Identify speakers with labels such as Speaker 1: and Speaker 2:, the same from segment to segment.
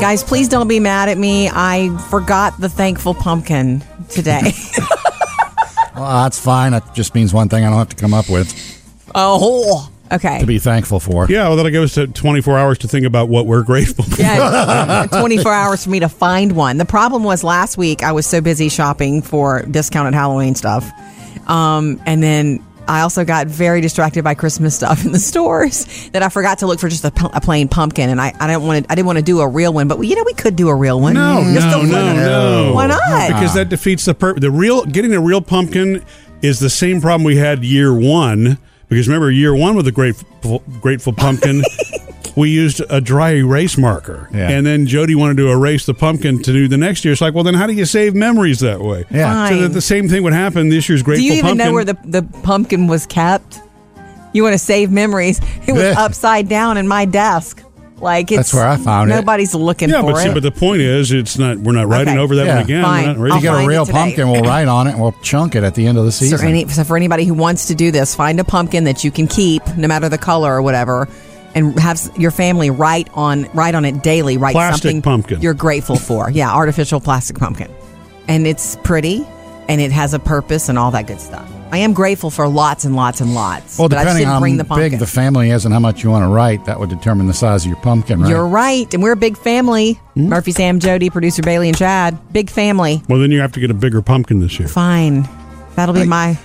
Speaker 1: Guys, please don't be mad at me. I forgot the thankful pumpkin today.
Speaker 2: Well, that's fine. That just means one thing I don't have to come up with
Speaker 1: oh, okay.
Speaker 2: to be thankful for.
Speaker 3: Yeah, well, that'll give us uh, 24 hours to think about what we're grateful for.
Speaker 1: Yeah, 24 hours for me to find one. The problem was last week I was so busy shopping for discounted Halloween stuff. Um, and then I also got very distracted by Christmas stuff in the stores that I forgot to look for just a, pu- a plain pumpkin. And I, I didn't want to, I didn't want to do a real one, but you know, we could do a real one.
Speaker 3: No,
Speaker 1: Just
Speaker 3: no,
Speaker 1: a-
Speaker 3: no, no.
Speaker 1: Why not?
Speaker 3: Because that defeats the purpose. The real getting a real pumpkin is the same problem we had year one. Because remember, year one with the grateful, grateful pumpkin, we used a dry erase marker,
Speaker 2: Yeah.
Speaker 3: and then Jody wanted to erase the pumpkin to do the next year. It's like, well, then how do you save memories that way?
Speaker 2: Yeah.
Speaker 3: So that
Speaker 1: Fine.
Speaker 3: the same thing would happen this year's
Speaker 1: Do
Speaker 3: grateful
Speaker 1: you even
Speaker 3: pumpkin.
Speaker 1: know where the, the pumpkin was kept? You want to save memories. It was
Speaker 2: Yeah.
Speaker 1: upside down in my desk. Like it's
Speaker 2: That's where I found it.
Speaker 1: Nobody's looking
Speaker 3: yeah,
Speaker 1: for
Speaker 3: but
Speaker 1: it.
Speaker 3: see, but the point is, it's not. We're not writing
Speaker 1: Okay.
Speaker 3: over that
Speaker 2: Yeah.
Speaker 3: one again. We're
Speaker 1: Fine.
Speaker 3: not
Speaker 1: I'll
Speaker 2: You
Speaker 3: erasing it.
Speaker 2: get a
Speaker 1: find
Speaker 2: real
Speaker 1: it today.
Speaker 2: pumpkin, we'll write on it and we'll chunk it at the end of the
Speaker 1: So,
Speaker 2: season.
Speaker 1: any, so for anybody who wants to do this, find a pumpkin that you can keep, no matter the color or whatever, and have s- your family write on write on it daily. Write
Speaker 3: Plastic
Speaker 1: something
Speaker 3: pumpkin.
Speaker 1: you're grateful for. yeah, artificial plastic pumpkin, and it's pretty, and it has a purpose and all that good stuff. I am grateful for lots and lots and lots.
Speaker 2: well,
Speaker 1: but I just
Speaker 2: depending
Speaker 1: didn't
Speaker 2: on
Speaker 1: bring the
Speaker 2: how
Speaker 1: pumpkin.
Speaker 2: big the family is and how much you want to write, that would determine the size of your pumpkin, right?
Speaker 1: You're right, and we're a big family.
Speaker 3: Hmm?
Speaker 1: Murphy, Sam, Jody, producer Bailey, and Chad. Big family.
Speaker 3: Well, then you have to get a bigger pumpkin this year.
Speaker 1: Fine, that'll be my.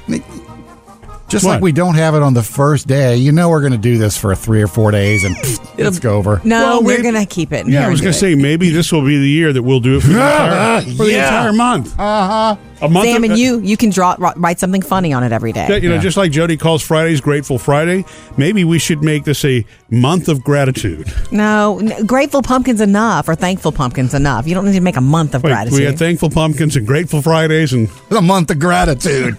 Speaker 2: Just
Speaker 3: What?
Speaker 2: like we don't have it on the first day, you know we're going to do this for three or four days and pfft, it's go over.
Speaker 1: No,
Speaker 3: Well,
Speaker 1: we're
Speaker 3: maybe-
Speaker 1: gonna keep it.
Speaker 3: Yeah, I was going to say maybe this will be the year that we'll do it for the entire, for the
Speaker 2: Yeah.
Speaker 3: entire month. Uh huh. A month.
Speaker 1: Sam
Speaker 3: of-
Speaker 1: and you, you can draw ri- write something funny on it every day.
Speaker 3: Yeah, you know, just like Jody calls Fridays Grateful Friday, maybe we should make this a month of gratitude.
Speaker 1: No, n- grateful pumpkins enough or thankful pumpkins enough. You don't need to make a month of
Speaker 3: Like,
Speaker 1: gratitude.
Speaker 3: We had thankful pumpkins and grateful Fridays, and
Speaker 2: The month of gratitude.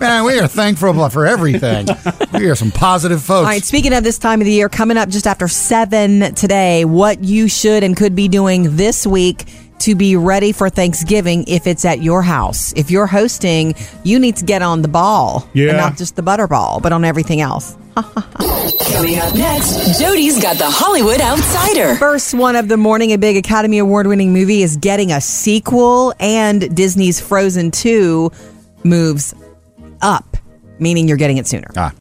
Speaker 2: Man, we are thankful for everything. We are some positive folks.
Speaker 1: all right, speaking of this time of the year, coming up just after seven today, what you should and could be doing this week to be ready for Thanksgiving if it's at your house. If you're hosting, you need to get on the ball.
Speaker 3: Yeah.
Speaker 1: And not just the butterball, but on everything else.
Speaker 4: Coming up next, Jody's got the Hollywood Outsider.
Speaker 1: First one of the morning, a big Academy Award winning movie is getting a sequel, and Disney's Frozen 2 moves up, meaning you're getting it sooner.
Speaker 2: Ah,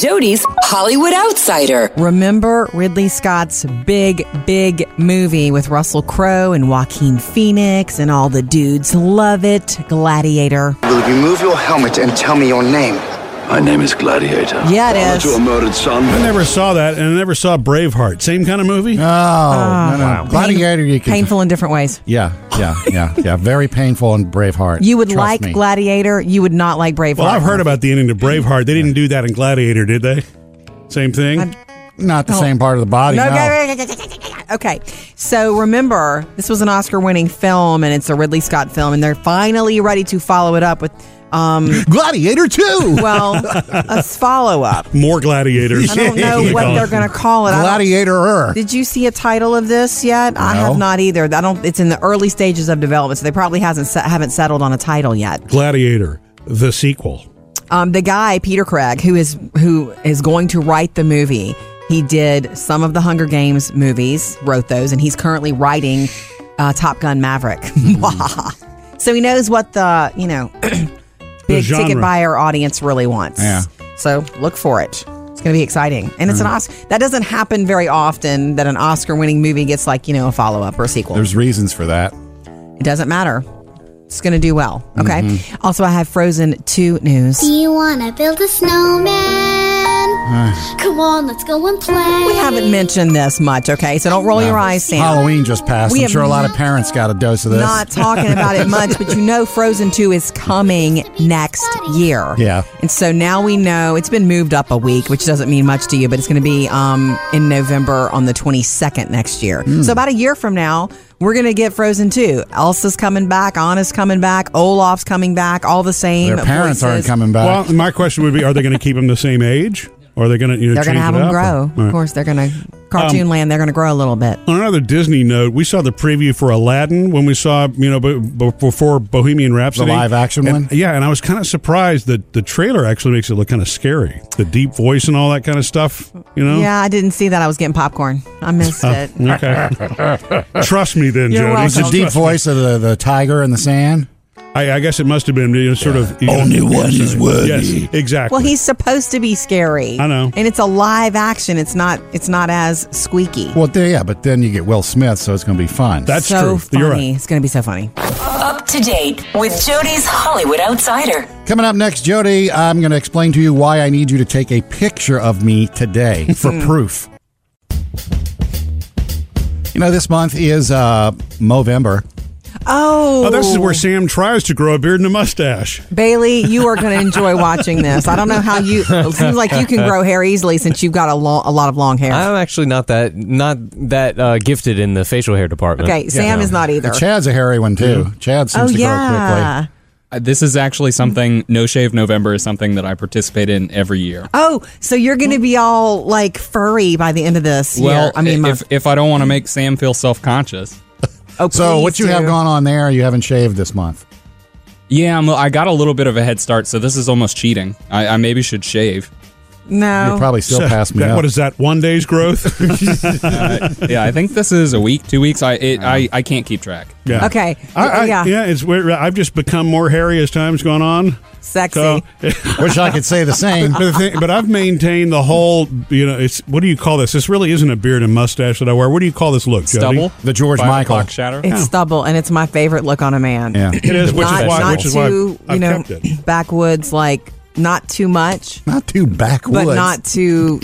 Speaker 4: Jody's Hollywood Outsider.
Speaker 1: Remember Ridley Scott's big, big movie with Russell Crowe and Joaquin Phoenix, and all the dudes love it Gladiator.
Speaker 5: Will you move your helmet and tell me your name?
Speaker 6: My name is Gladiator.
Speaker 1: Yeah, it
Speaker 6: Father
Speaker 1: is.
Speaker 6: To a murdered son.
Speaker 3: I never saw that, and I never saw Braveheart. Same kind of movie.
Speaker 2: oh, no, no.
Speaker 1: Ah.
Speaker 2: Gladiator, you can.
Speaker 1: Painful in different ways.
Speaker 2: Yeah, yeah, yeah, yeah. Very painful and Braveheart.
Speaker 1: You would
Speaker 2: Trust
Speaker 1: like
Speaker 2: me.
Speaker 1: Gladiator, you would not like Braveheart.
Speaker 3: well, I've heard about the ending to Braveheart. They didn't do that in Gladiator, did they? Same thing.
Speaker 1: I'm-
Speaker 2: Not the same part of the body. no.
Speaker 1: Okay. okay. So remember, this was an Oscar winning film and it's a Ridley Scott film, and they're finally ready to follow it up with, um,
Speaker 2: Gladiator 2.
Speaker 1: well, a follow up.
Speaker 3: More gladiators.
Speaker 1: I don't know what they're going to call it. I don't-
Speaker 2: Gladiator.
Speaker 1: Did you see a title of this yet? I
Speaker 2: No.
Speaker 1: have not either. I don't. It's in the early stages of development, so they probably hasn't se- haven't settled on a title yet.
Speaker 3: Gladiator, the sequel.
Speaker 1: Um, the guy Peter Craig, who is who is going to write the movie, he did some of the Hunger Games movies, wrote those, and he's currently writing uh, Top Gun Maverick.
Speaker 2: Hmm.
Speaker 1: so he knows what the you know big ticket
Speaker 3: genre.
Speaker 1: buyer audience really wants.
Speaker 2: Yeah. Hmm.
Speaker 1: So look for it. It's going to be exciting, and it's an Oscar. That doesn't happen very often that an Oscar-winning movie gets like you know a follow-up or a sequel.
Speaker 2: There's reasons for that.
Speaker 1: it doesn't matter. It's going to do well. Okay.
Speaker 2: Mm-hmm.
Speaker 1: Also, I have Frozen Two news.
Speaker 7: Do you wanna build a snowman? Come on, let's go and play.
Speaker 1: We haven't mentioned this much, okay? So don't roll your eyes, Sam.
Speaker 2: Halloween just passed.
Speaker 1: We
Speaker 2: I'm
Speaker 1: have
Speaker 2: sure a lot of parents got a dose of this.
Speaker 1: Not talking about it much, but you know Frozen 2 is coming next year.
Speaker 2: Yeah.
Speaker 1: And so now we know it's been moved up a week, which doesn't mean much to you, but it's going to be um, in November on the 22nd next year.
Speaker 2: Hmm.
Speaker 1: So about a year from now, we're going to get Frozen 2. Elsa's coming back, Anna's coming back, Olaf's coming back, all the same.
Speaker 2: Their parents aren't
Speaker 1: voices.
Speaker 2: coming back.
Speaker 3: Well, my question would be: Are they going to keep them the same age? Or are they going to you know
Speaker 1: They're going to
Speaker 3: change
Speaker 1: have
Speaker 3: it
Speaker 1: them
Speaker 3: up?
Speaker 1: grow.
Speaker 3: All
Speaker 1: Of
Speaker 3: right.
Speaker 1: course, they're going to cartoon
Speaker 2: Um,
Speaker 1: land. They're going to grow a little bit.
Speaker 3: On another Disney note, we saw the preview for Aladdin when we saw you know b- b- before Bohemian Rhapsody,
Speaker 2: live action
Speaker 3: And-
Speaker 2: one?
Speaker 3: Yeah, and I was kind of surprised that the trailer actually makes it look kind of scary. The deep voice and all that kind of stuff. You know.
Speaker 1: Yeah, I didn't see that. I was getting popcorn. I missed it.
Speaker 3: Okay. Trust me, then,
Speaker 1: You're
Speaker 3: Jody.
Speaker 1: welcome.
Speaker 2: It's the deep voice of the, the tiger in the sand.
Speaker 3: I, I guess it must have been you know, sort of you
Speaker 2: Only
Speaker 3: know,
Speaker 2: one is worthy.
Speaker 3: Yes, exactly.
Speaker 1: Well, he's supposed to be scary.
Speaker 3: I know.
Speaker 1: and it's a live action. It's not. It's not as squeaky.
Speaker 2: Well, there, yeah, but then you get Will Smith, so it's going to be fun.
Speaker 3: That's
Speaker 1: so
Speaker 3: true.
Speaker 1: funny.
Speaker 3: You're right.
Speaker 1: It's going to be so funny.
Speaker 4: Up to date with Jody's Hollywood Outsider.
Speaker 2: Coming up next, Jody, I'm going to explain to you why I need you to take a picture of me today for proof. You know, this month is uh, Movember.
Speaker 1: Oh,
Speaker 3: Oh, this is where Sam tries to grow a beard and a mustache.
Speaker 1: Bailey, you are going to enjoy watching this. I don't know how you. It seems like you can grow hair easily since you've got a long, a lot of long hair.
Speaker 8: I'm actually not that not that uh, gifted in the facial hair department.
Speaker 1: okay, Sam
Speaker 8: Yeah.
Speaker 1: is not either.
Speaker 2: Chad's a hairy one, too. Chad
Speaker 1: Oh
Speaker 2: seems to
Speaker 1: yeah.
Speaker 9: Uh, This is actually something, No Shave November is something that I participate in every year.
Speaker 1: Oh, so you're going to be all like furry by the end of this year.
Speaker 9: Well,
Speaker 1: I mean,
Speaker 9: if,
Speaker 1: month.
Speaker 9: if I don't want to make Sam feel self
Speaker 1: oh,
Speaker 9: conscious,
Speaker 2: grow quickly. So,
Speaker 1: please
Speaker 2: what you have
Speaker 1: do.
Speaker 2: going on there, you haven't shaved this month.
Speaker 9: yeah, I'm, I got a little bit of a head start, so this is almost cheating. I, I maybe should shave.
Speaker 1: No,
Speaker 2: You'll probably still
Speaker 3: So,
Speaker 2: pass me
Speaker 3: that-
Speaker 2: up.
Speaker 3: What is that? One day's growth?
Speaker 9: yeah, I think this is a week, two weeks. I it, I, I can't keep track.
Speaker 3: yeah.
Speaker 1: Okay.
Speaker 3: I, I,
Speaker 1: Yeah.
Speaker 3: yeah. It's weird. I've just become more hairy as time's gone on.
Speaker 1: sexy.
Speaker 3: So,
Speaker 2: Wish I could say the same.
Speaker 3: but, the thing, but I've maintained the whole. You know, it's what do you call this? This really isn't a beard and mustache that I wear. What do you call this look, Jody?
Speaker 9: Stubble,
Speaker 2: The George
Speaker 9: Five
Speaker 2: Michael.
Speaker 9: o'clock shadow.
Speaker 1: It's stubble, and it's my favorite look on a man.
Speaker 2: Yeah.
Speaker 3: It is, which
Speaker 1: not,
Speaker 3: is why.
Speaker 1: not
Speaker 3: Which is why
Speaker 1: too,
Speaker 3: I've
Speaker 1: you know,
Speaker 3: kept it.
Speaker 1: backwoods, like not too much,
Speaker 2: Not too backwoods.
Speaker 1: but not too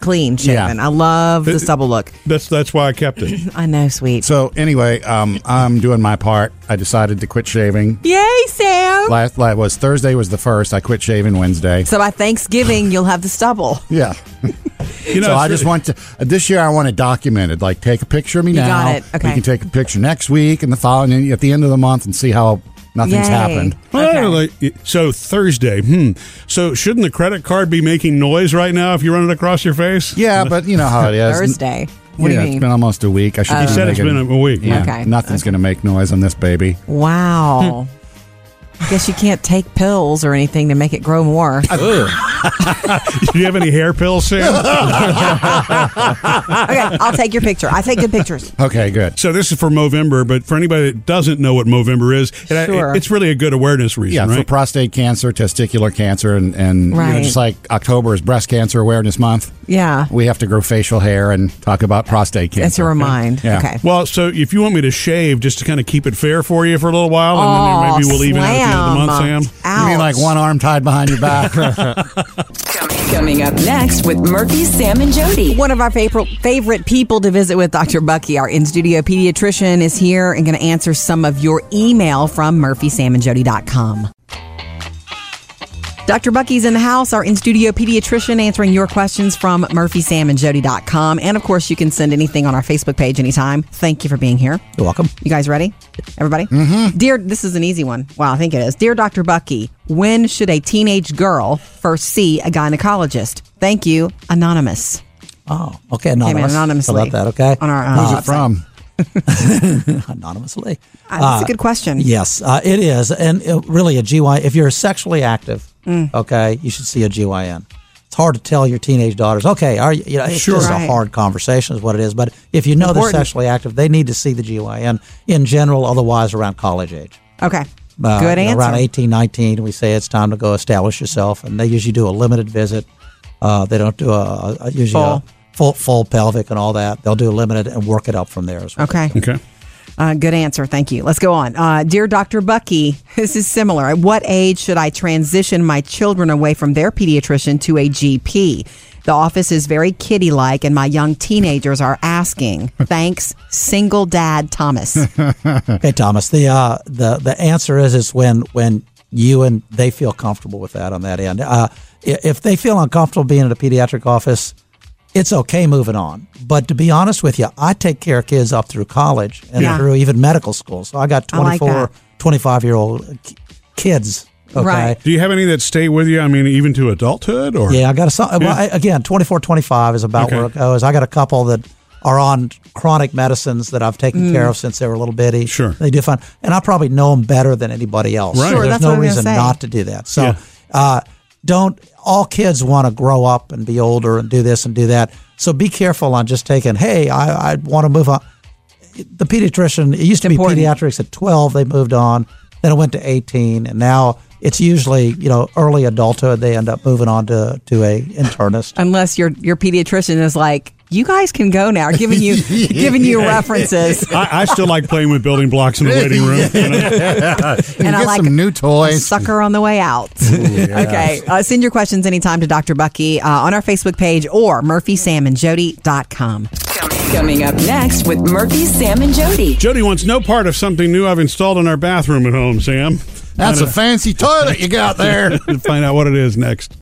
Speaker 1: clean shaven. I love the
Speaker 3: It-
Speaker 1: stubble look.
Speaker 3: That's that's why I kept it.
Speaker 1: I know, sweet.
Speaker 2: So, anyway, um, I'm doing my part. I decided to quit shaving.
Speaker 1: Yay, Sam!
Speaker 2: Last, last was Thursday was the first. I quit shaving Wednesday.
Speaker 1: so by Thanksgiving, you'll have the stubble.
Speaker 2: Yeah.
Speaker 3: You
Speaker 2: so
Speaker 3: know, it's
Speaker 2: I just
Speaker 3: really-
Speaker 2: want to uh, this year. I want it documented. Like, take a picture of me
Speaker 1: You
Speaker 2: now.
Speaker 1: got it. Okay.
Speaker 2: We can take a picture next week and the following and at the end of the month and see how nothing's
Speaker 1: Yay.
Speaker 2: happened.
Speaker 1: Okay.
Speaker 3: Oh, like- So Thursday, hmm. So shouldn't the credit card be making noise right now if you run it across your face?
Speaker 2: Yeah, but you know how it is.
Speaker 1: Thursday. What
Speaker 2: yeah,
Speaker 1: do you mean? Oh.
Speaker 2: it's been almost a week. I should.
Speaker 3: You said it's been a week.
Speaker 2: Yeah,
Speaker 1: Okay.
Speaker 2: Nothing's going to make noise on this baby.
Speaker 1: wow.
Speaker 3: Hmm.
Speaker 1: I guess you can't take pills or anything to make it grow more.
Speaker 3: Do you have any hair pills, Sam?
Speaker 1: Okay, I'll take your picture. I take good pictures.
Speaker 2: Okay, good.
Speaker 3: so this is for Movember, but for anybody that doesn't know what Movember is, it- it-
Speaker 1: Sure.
Speaker 3: it's really a good awareness reason,
Speaker 2: Yeah, for
Speaker 3: right?
Speaker 2: prostate cancer, testicular cancer, and and you know,
Speaker 1: Right.
Speaker 2: just like October is Breast Cancer Awareness Month,
Speaker 1: Yeah.
Speaker 2: we have to grow facial hair and talk about prostate cancer.
Speaker 1: That's to remind.
Speaker 2: Yeah.
Speaker 1: Okay.
Speaker 3: well, so if you want me to shave just to kind of keep it fair for you for a little while, and then maybe we'll even out at the end of the month, Sam.
Speaker 1: Ouch.
Speaker 2: You mean like one arm tied behind your back?
Speaker 4: Coming up next with Murphy, Sam, and Jody.
Speaker 1: One of our favorite favorite people to visit with, Dr. Bucky, our in studio pediatrician, is here and going to answer some of your email from murphysamandjody.com. Dr. Bucky's in the house, our in studio pediatrician, answering your questions from murphysamandjody.com. And of course, you can send anything on our Facebook page anytime. Thank you for being here.
Speaker 2: You're welcome.
Speaker 1: You guys ready? Everybody? Mm-hmm. Dear, this is an easy one. Wow, I think it is. Dear Dr. Bucky, when should a teenage girl first see a gynecologist? Thank you, Anonymous.
Speaker 10: Oh, okay.
Speaker 1: Came in
Speaker 10: Anonymous.
Speaker 1: anonymously.
Speaker 10: I love that. Okay.
Speaker 1: On our uh,
Speaker 2: Who's
Speaker 1: website.
Speaker 2: it from?
Speaker 10: anonymously.
Speaker 1: Uh, that's a good question.
Speaker 10: Yes, uh, it is. And uh, really, a GY, if you're sexually active,
Speaker 1: Mm.
Speaker 10: okay, you should see a GYN. It's hard to tell your teenage daughters, okay, are you, you know, it's just
Speaker 1: Right.
Speaker 10: a hard conversation, is what it is. But if you know
Speaker 1: Important.
Speaker 10: they're sexually active, they need to see the GYN in general, otherwise, around college age.
Speaker 1: Okay.
Speaker 10: Uh,
Speaker 1: good
Speaker 10: you know,
Speaker 1: answer.
Speaker 10: Around 18, 19, we say it's time to go establish yourself, and they usually do a limited visit. Uh, they don't do a, a usually
Speaker 1: Full.
Speaker 10: a full full pelvic and all that. They'll do a limited and work it up from there as well.
Speaker 1: Okay.
Speaker 3: Okay.
Speaker 1: Uh, good answer. Thank you. Let's go on. Uh, dear Dr. Bucky, this is similar. At what age should I transition my children away from their pediatrician to a GP? The office is very kiddie like, and my young teenagers are asking. Thanks, single dad Thomas.
Speaker 10: Okay, Thomas. The uh, the the answer is is when when you and they feel comfortable with that on that end. Uh, i- if they feel uncomfortable being in a pediatric office, it's okay moving on. But to be honest with you, I take care of kids up through college and
Speaker 1: Yeah.
Speaker 10: through even medical school. So I got
Speaker 1: I like
Speaker 10: 24,
Speaker 1: that.
Speaker 10: 25 year old kids Okay.
Speaker 1: Right.
Speaker 3: Do you have any that stay with you? I mean, even to adulthood or?
Speaker 10: Yeah, I got a so- well, I, again 24 25 is about
Speaker 3: Okay.
Speaker 10: where it goes. I got a couple that are on chronic medicines that I've taken care
Speaker 1: Mm.
Speaker 10: of since they were a little bitty.
Speaker 3: Sure.
Speaker 10: They do fine. And I probably know them better than anybody else.
Speaker 3: Right. Sure,
Speaker 10: There's
Speaker 1: that's
Speaker 10: no
Speaker 1: what I'm gonna
Speaker 10: reason
Speaker 1: say.
Speaker 10: not to do that. So
Speaker 3: Yeah.
Speaker 10: uh, don't, all kids want to grow up and be older and do this and do that. So be careful on just taking, hey, I, I want to move on. The pediatrician, it used to
Speaker 1: Important.
Speaker 10: be pediatrics at 12, they moved on. Then it went to 18, and now it's usually, you know, early adulthood, they end up moving on to, to a internist.
Speaker 1: Unless your your pediatrician is like, you guys can go now, giving you giving you references.
Speaker 3: I, I still like playing with building blocks in the waiting room. you know?
Speaker 2: and
Speaker 1: I
Speaker 2: get
Speaker 1: like
Speaker 2: some new toys.
Speaker 1: Sucker on the way out. Okay. Uh, send your questions anytime to Dr. Bucky uh, on our Facebook page or murphysamandjody.com.
Speaker 4: Coming up next with Murphy, Sam, and Jody.
Speaker 3: Jody wants no part of something new I've installed in our bathroom at home, Sam.
Speaker 2: That's a fancy toilet you got there.
Speaker 3: Find out what it is next.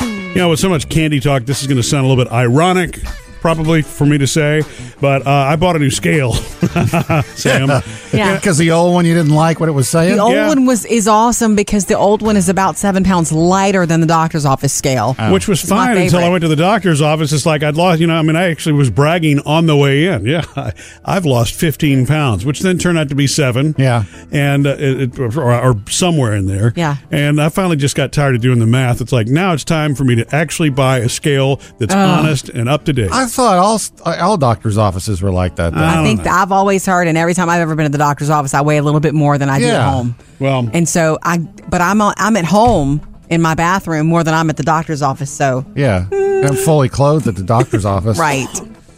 Speaker 3: You know, with so much candy talk, this is going to sound a little bit ironic, probably for me to say, but uh, I bought a new scale, Sam.
Speaker 1: Yeah.
Speaker 2: Because the old one you didn't like what it was saying.
Speaker 1: The old
Speaker 3: Yeah.
Speaker 1: one was is awesome because the old one is about seven pounds lighter than the doctor's office scale.
Speaker 2: Oh.
Speaker 3: Which was
Speaker 1: It's my
Speaker 3: fine until I
Speaker 1: favorite.
Speaker 3: went to the doctor's office. It's like I'd lost, you know, I mean, I actually was bragging on the way in. Yeah, I, I've lost 15 pounds, which then turned out to be seven.
Speaker 2: Yeah.
Speaker 3: And uh, it, it, or, or somewhere in there.
Speaker 1: Yeah.
Speaker 3: And I finally just got tired of doing the math. It's like now it's time for me to actually buy a scale that's honest and up to date.
Speaker 2: I thought all all doctors' offices were like that. though.
Speaker 1: I think that I've always heard, and every time I've ever been to the doctor's office, I weigh a little bit more than I do at
Speaker 2: Yeah.
Speaker 1: home.
Speaker 3: Well-
Speaker 1: and so I, but I'm on, I'm at home in my bathroom more than I'm at the doctor's office. So
Speaker 2: yeah, I'm fully clothed at the doctor's office.
Speaker 1: right,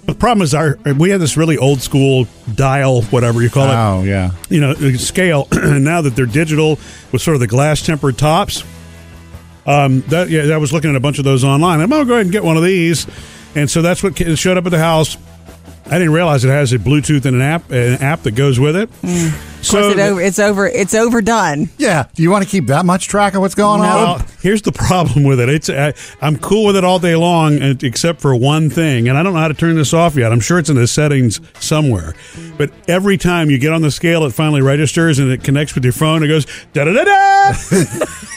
Speaker 3: the problem is our we had this really old school dial, whatever you call it.
Speaker 2: Oh yeah.
Speaker 3: you know the scale now that they're digital with sort of the glass tempered tops. Um, that yeah, I was looking at a bunch of those online. I'm gonna go ahead and get one of these, and so that's what ca- showed up at the house. I didn't realize it has a Bluetooth and an app, an app that goes with it. So
Speaker 1: Is it over, it's over, it's overdone.
Speaker 2: Yeah. Do you want to keep that much track of what's going on?
Speaker 3: Well, here's the problem with it. It's I, I'm cool with it all day long, and- except for one thing, and I don't know how to turn this off yet. I'm sure it's in the settings somewhere, but every time you get on the scale, it finally registers and it connects with your phone. It goes da da da da,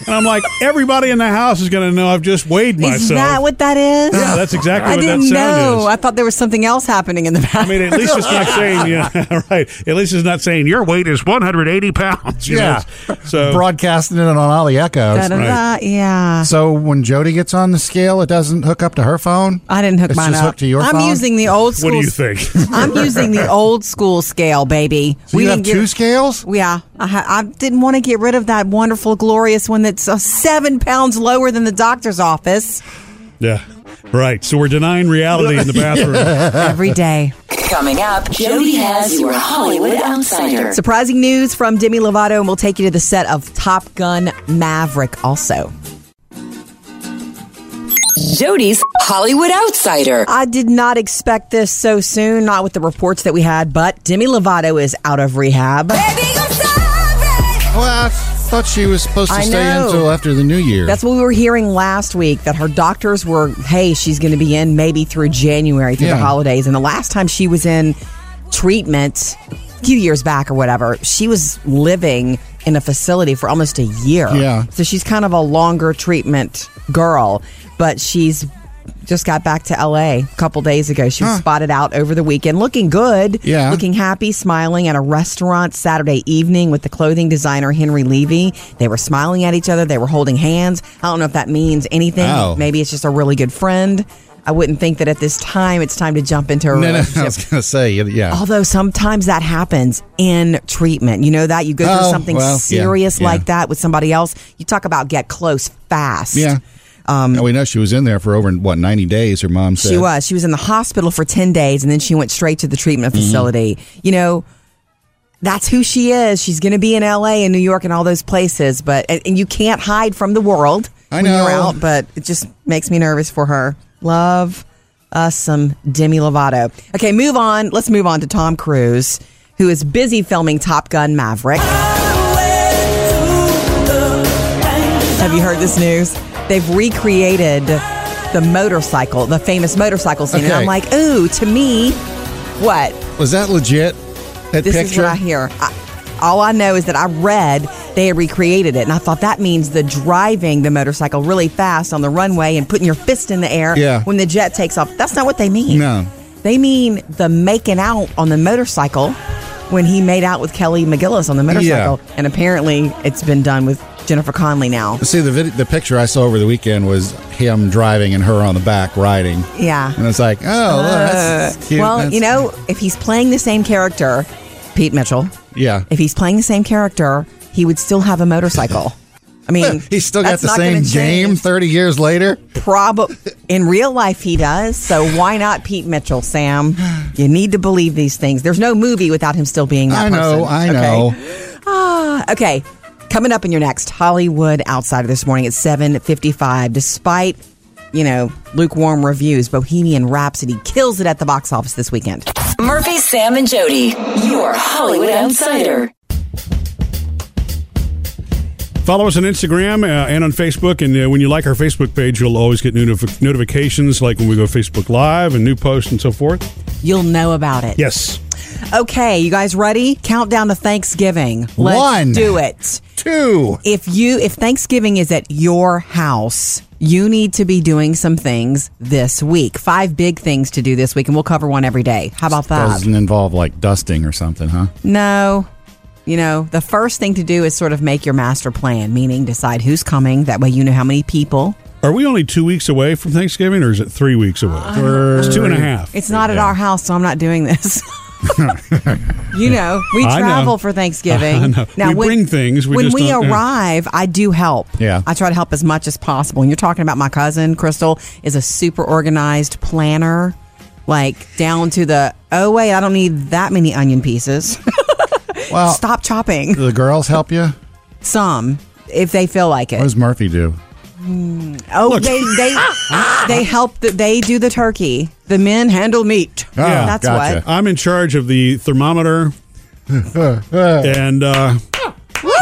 Speaker 3: and I'm like, everybody in the house is going to know I've just weighed myself.
Speaker 1: Is that what that is?
Speaker 3: yeah, that's exactly
Speaker 1: I
Speaker 3: what that
Speaker 1: didn't
Speaker 3: sound
Speaker 1: know.
Speaker 3: is.
Speaker 1: I thought there was something else happening in the bathroom.
Speaker 3: I mean, at least it's not saying, yeah, right. At least it's not saying your weight is 180 pounds. you know.
Speaker 2: Yeah.
Speaker 3: So,
Speaker 2: Broadcasting it on all the echoes.
Speaker 1: Da-da-da, Yeah.
Speaker 2: So when Jody gets on the scale, it doesn't hook up to her phone.
Speaker 1: I didn't hook
Speaker 2: It's
Speaker 1: mine
Speaker 2: just
Speaker 1: up.
Speaker 2: hooked to your
Speaker 1: I'm
Speaker 2: phone?
Speaker 1: using the old school.
Speaker 3: what do you think?
Speaker 1: I'm using the old school scale, baby.
Speaker 2: So you have
Speaker 1: didn't get-
Speaker 2: two scales.
Speaker 1: Yeah, I, ha- I didn't want to get rid of that wonderful, glorious one that's uh, seven pounds lower than the doctor's office
Speaker 3: Yeah. Right. So we're denying reality in the bathroom.
Speaker 1: every day.
Speaker 4: Coming up, Jody has your Hollywood Outsider.
Speaker 1: Surprising news from Demi Lovato, and we'll take you to the set of Top Gun Maverick also.
Speaker 4: Jody's Hollywood Outsider.
Speaker 1: I did not expect this so soon, not with the reports that we had, but Demi Lovato is out of rehab.
Speaker 2: Well, I thought she was supposed to
Speaker 1: I
Speaker 2: stay
Speaker 1: know.
Speaker 2: until after the New Year.
Speaker 1: That's what we were hearing last week that her doctors were, hey, she's going to be in maybe through January, through
Speaker 2: Yeah.
Speaker 1: the holidays. And the last time she was in treatment, a few years back or whatever, she was living in a facility for almost a year.
Speaker 2: Yeah.
Speaker 1: So she's kind of a longer treatment girl, but she's just got back to LA a couple days ago. She was spotted out over the weekend looking good,
Speaker 2: Yeah.
Speaker 1: looking happy, smiling at a restaurant Saturday evening with the clothing designer Henry Levy. They were smiling at each other, they were holding hands. I don't know if that means anything.
Speaker 2: Oh.
Speaker 1: Maybe it's just a really good friend. I wouldn't think that at this time it's time to jump into a
Speaker 2: no, no,
Speaker 1: relationship.
Speaker 2: I was gonna say yeah.
Speaker 1: Although sometimes that happens in treatment. You know that? You go through
Speaker 2: Oh,
Speaker 1: something
Speaker 2: well, yeah,
Speaker 1: serious
Speaker 2: yeah.
Speaker 1: like that with somebody else. You talk about get close fast.
Speaker 2: Yeah. And we know she was in there for over what ninety days. Her mom said
Speaker 1: Um, She was. She was in the hospital for 10 days and then she went straight to the treatment
Speaker 2: Mm-hmm.
Speaker 1: facility. You know, that's who she is. She's going to be in LA and New York and all those places, but and, and you can't hide from the world
Speaker 2: I
Speaker 1: when you're
Speaker 2: know.
Speaker 1: out, but it just makes me nervous for her. Love us some Demi Lovato. Okay, move on. Let's move on to Tom Cruise, who is busy filming Top Gun Maverick. Have you heard this news? They've recreated the motorcycle, the famous motorcycle scene. And
Speaker 2: Okay.
Speaker 1: I'm like, ooh, to me, what?
Speaker 2: Was that legit? That
Speaker 1: This
Speaker 2: picture.
Speaker 1: is what I hear. I, All I know is that I read they had recreated it, and I thought that means the driving the motorcycle really fast on the runway and putting your fist in the air
Speaker 2: Yeah.
Speaker 1: when the jet takes off. That's not what they mean.
Speaker 2: No.
Speaker 1: They mean the making out on the motorcycle when he made out with Kelly McGillis on the motorcycle. And apparently it's been done with Jennifer Conley now.
Speaker 2: See the vid- the picture I saw over the weekend was him driving and her on the back riding.
Speaker 1: Yeah. Uh,
Speaker 2: and it's like, oh, look, that's cute.
Speaker 1: Well,
Speaker 2: That's-
Speaker 1: you know, if he's playing the same character, Pete Mitchell,
Speaker 2: yeah,
Speaker 1: if he's playing the same character, he would still have a motorcycle. I mean,
Speaker 2: he's still got
Speaker 1: that's
Speaker 2: the
Speaker 1: not
Speaker 2: same
Speaker 1: gonna
Speaker 2: game
Speaker 1: change.
Speaker 2: thirty years later.
Speaker 1: Prob- in real life, he does. So why not Pete Mitchell, Sam? You need to believe these things. There's no movie without him still being that
Speaker 2: I know,
Speaker 1: person.
Speaker 2: I
Speaker 1: Okay? Uh,
Speaker 2: know.
Speaker 1: Okay, coming up in your next Hollywood Outsider this morning at 7:55. Despite, you know, lukewarm reviews, Bohemian Rhapsody kills it at the box office this weekend.
Speaker 4: Murphy, Sam, and Jody, your Hollywood Outsider.
Speaker 3: Follow us on Instagram uh, and on Facebook. And uh, when you like our Facebook page, you'll always get new notif- notifications like when we go Facebook Live and new posts and so forth.
Speaker 1: You'll know about it.
Speaker 3: Yes.
Speaker 1: Okay, you guys ready? Countdown to Thanksgiving. Let's
Speaker 2: One.
Speaker 1: do it.
Speaker 2: Two.
Speaker 1: If you if Thanksgiving is at your house, you need to be doing some things this week. Five big things to do this week, and we'll cover one every day. How about that?
Speaker 2: Doesn't involve like dusting or something, huh?
Speaker 1: No. You know, the first thing to do is sort of make your master plan, meaning decide who's coming. That way you know how many people.
Speaker 3: Are we only two weeks away from Thanksgiving or is it three weeks
Speaker 1: Uh,
Speaker 3: away? it's two and a half.
Speaker 1: It's not at our house, so I'm not doing this. you know, we
Speaker 3: I know.
Speaker 1: travel for Thanksgiving.
Speaker 3: I know. We bring things, we
Speaker 1: when
Speaker 3: just
Speaker 1: we
Speaker 3: don't- yeah.
Speaker 1: arrive, I do help.
Speaker 2: Yeah.
Speaker 1: I try to help as much as possible. And you're talking about my cousin, Crystal, is a super organized planner, like down to the, oh, wait, I don't need that many onion pieces.
Speaker 3: Oh.
Speaker 2: Well,
Speaker 1: Stop chopping.
Speaker 2: do the girls help you?
Speaker 1: Some, if they feel like it.
Speaker 2: What does Murphy do?
Speaker 1: Oh, they they they help. The, they do the turkey. The men handle meat.
Speaker 3: Ah,
Speaker 2: Yeah,
Speaker 1: that's
Speaker 2: gotcha.
Speaker 3: I'm in charge of the thermometer and uh,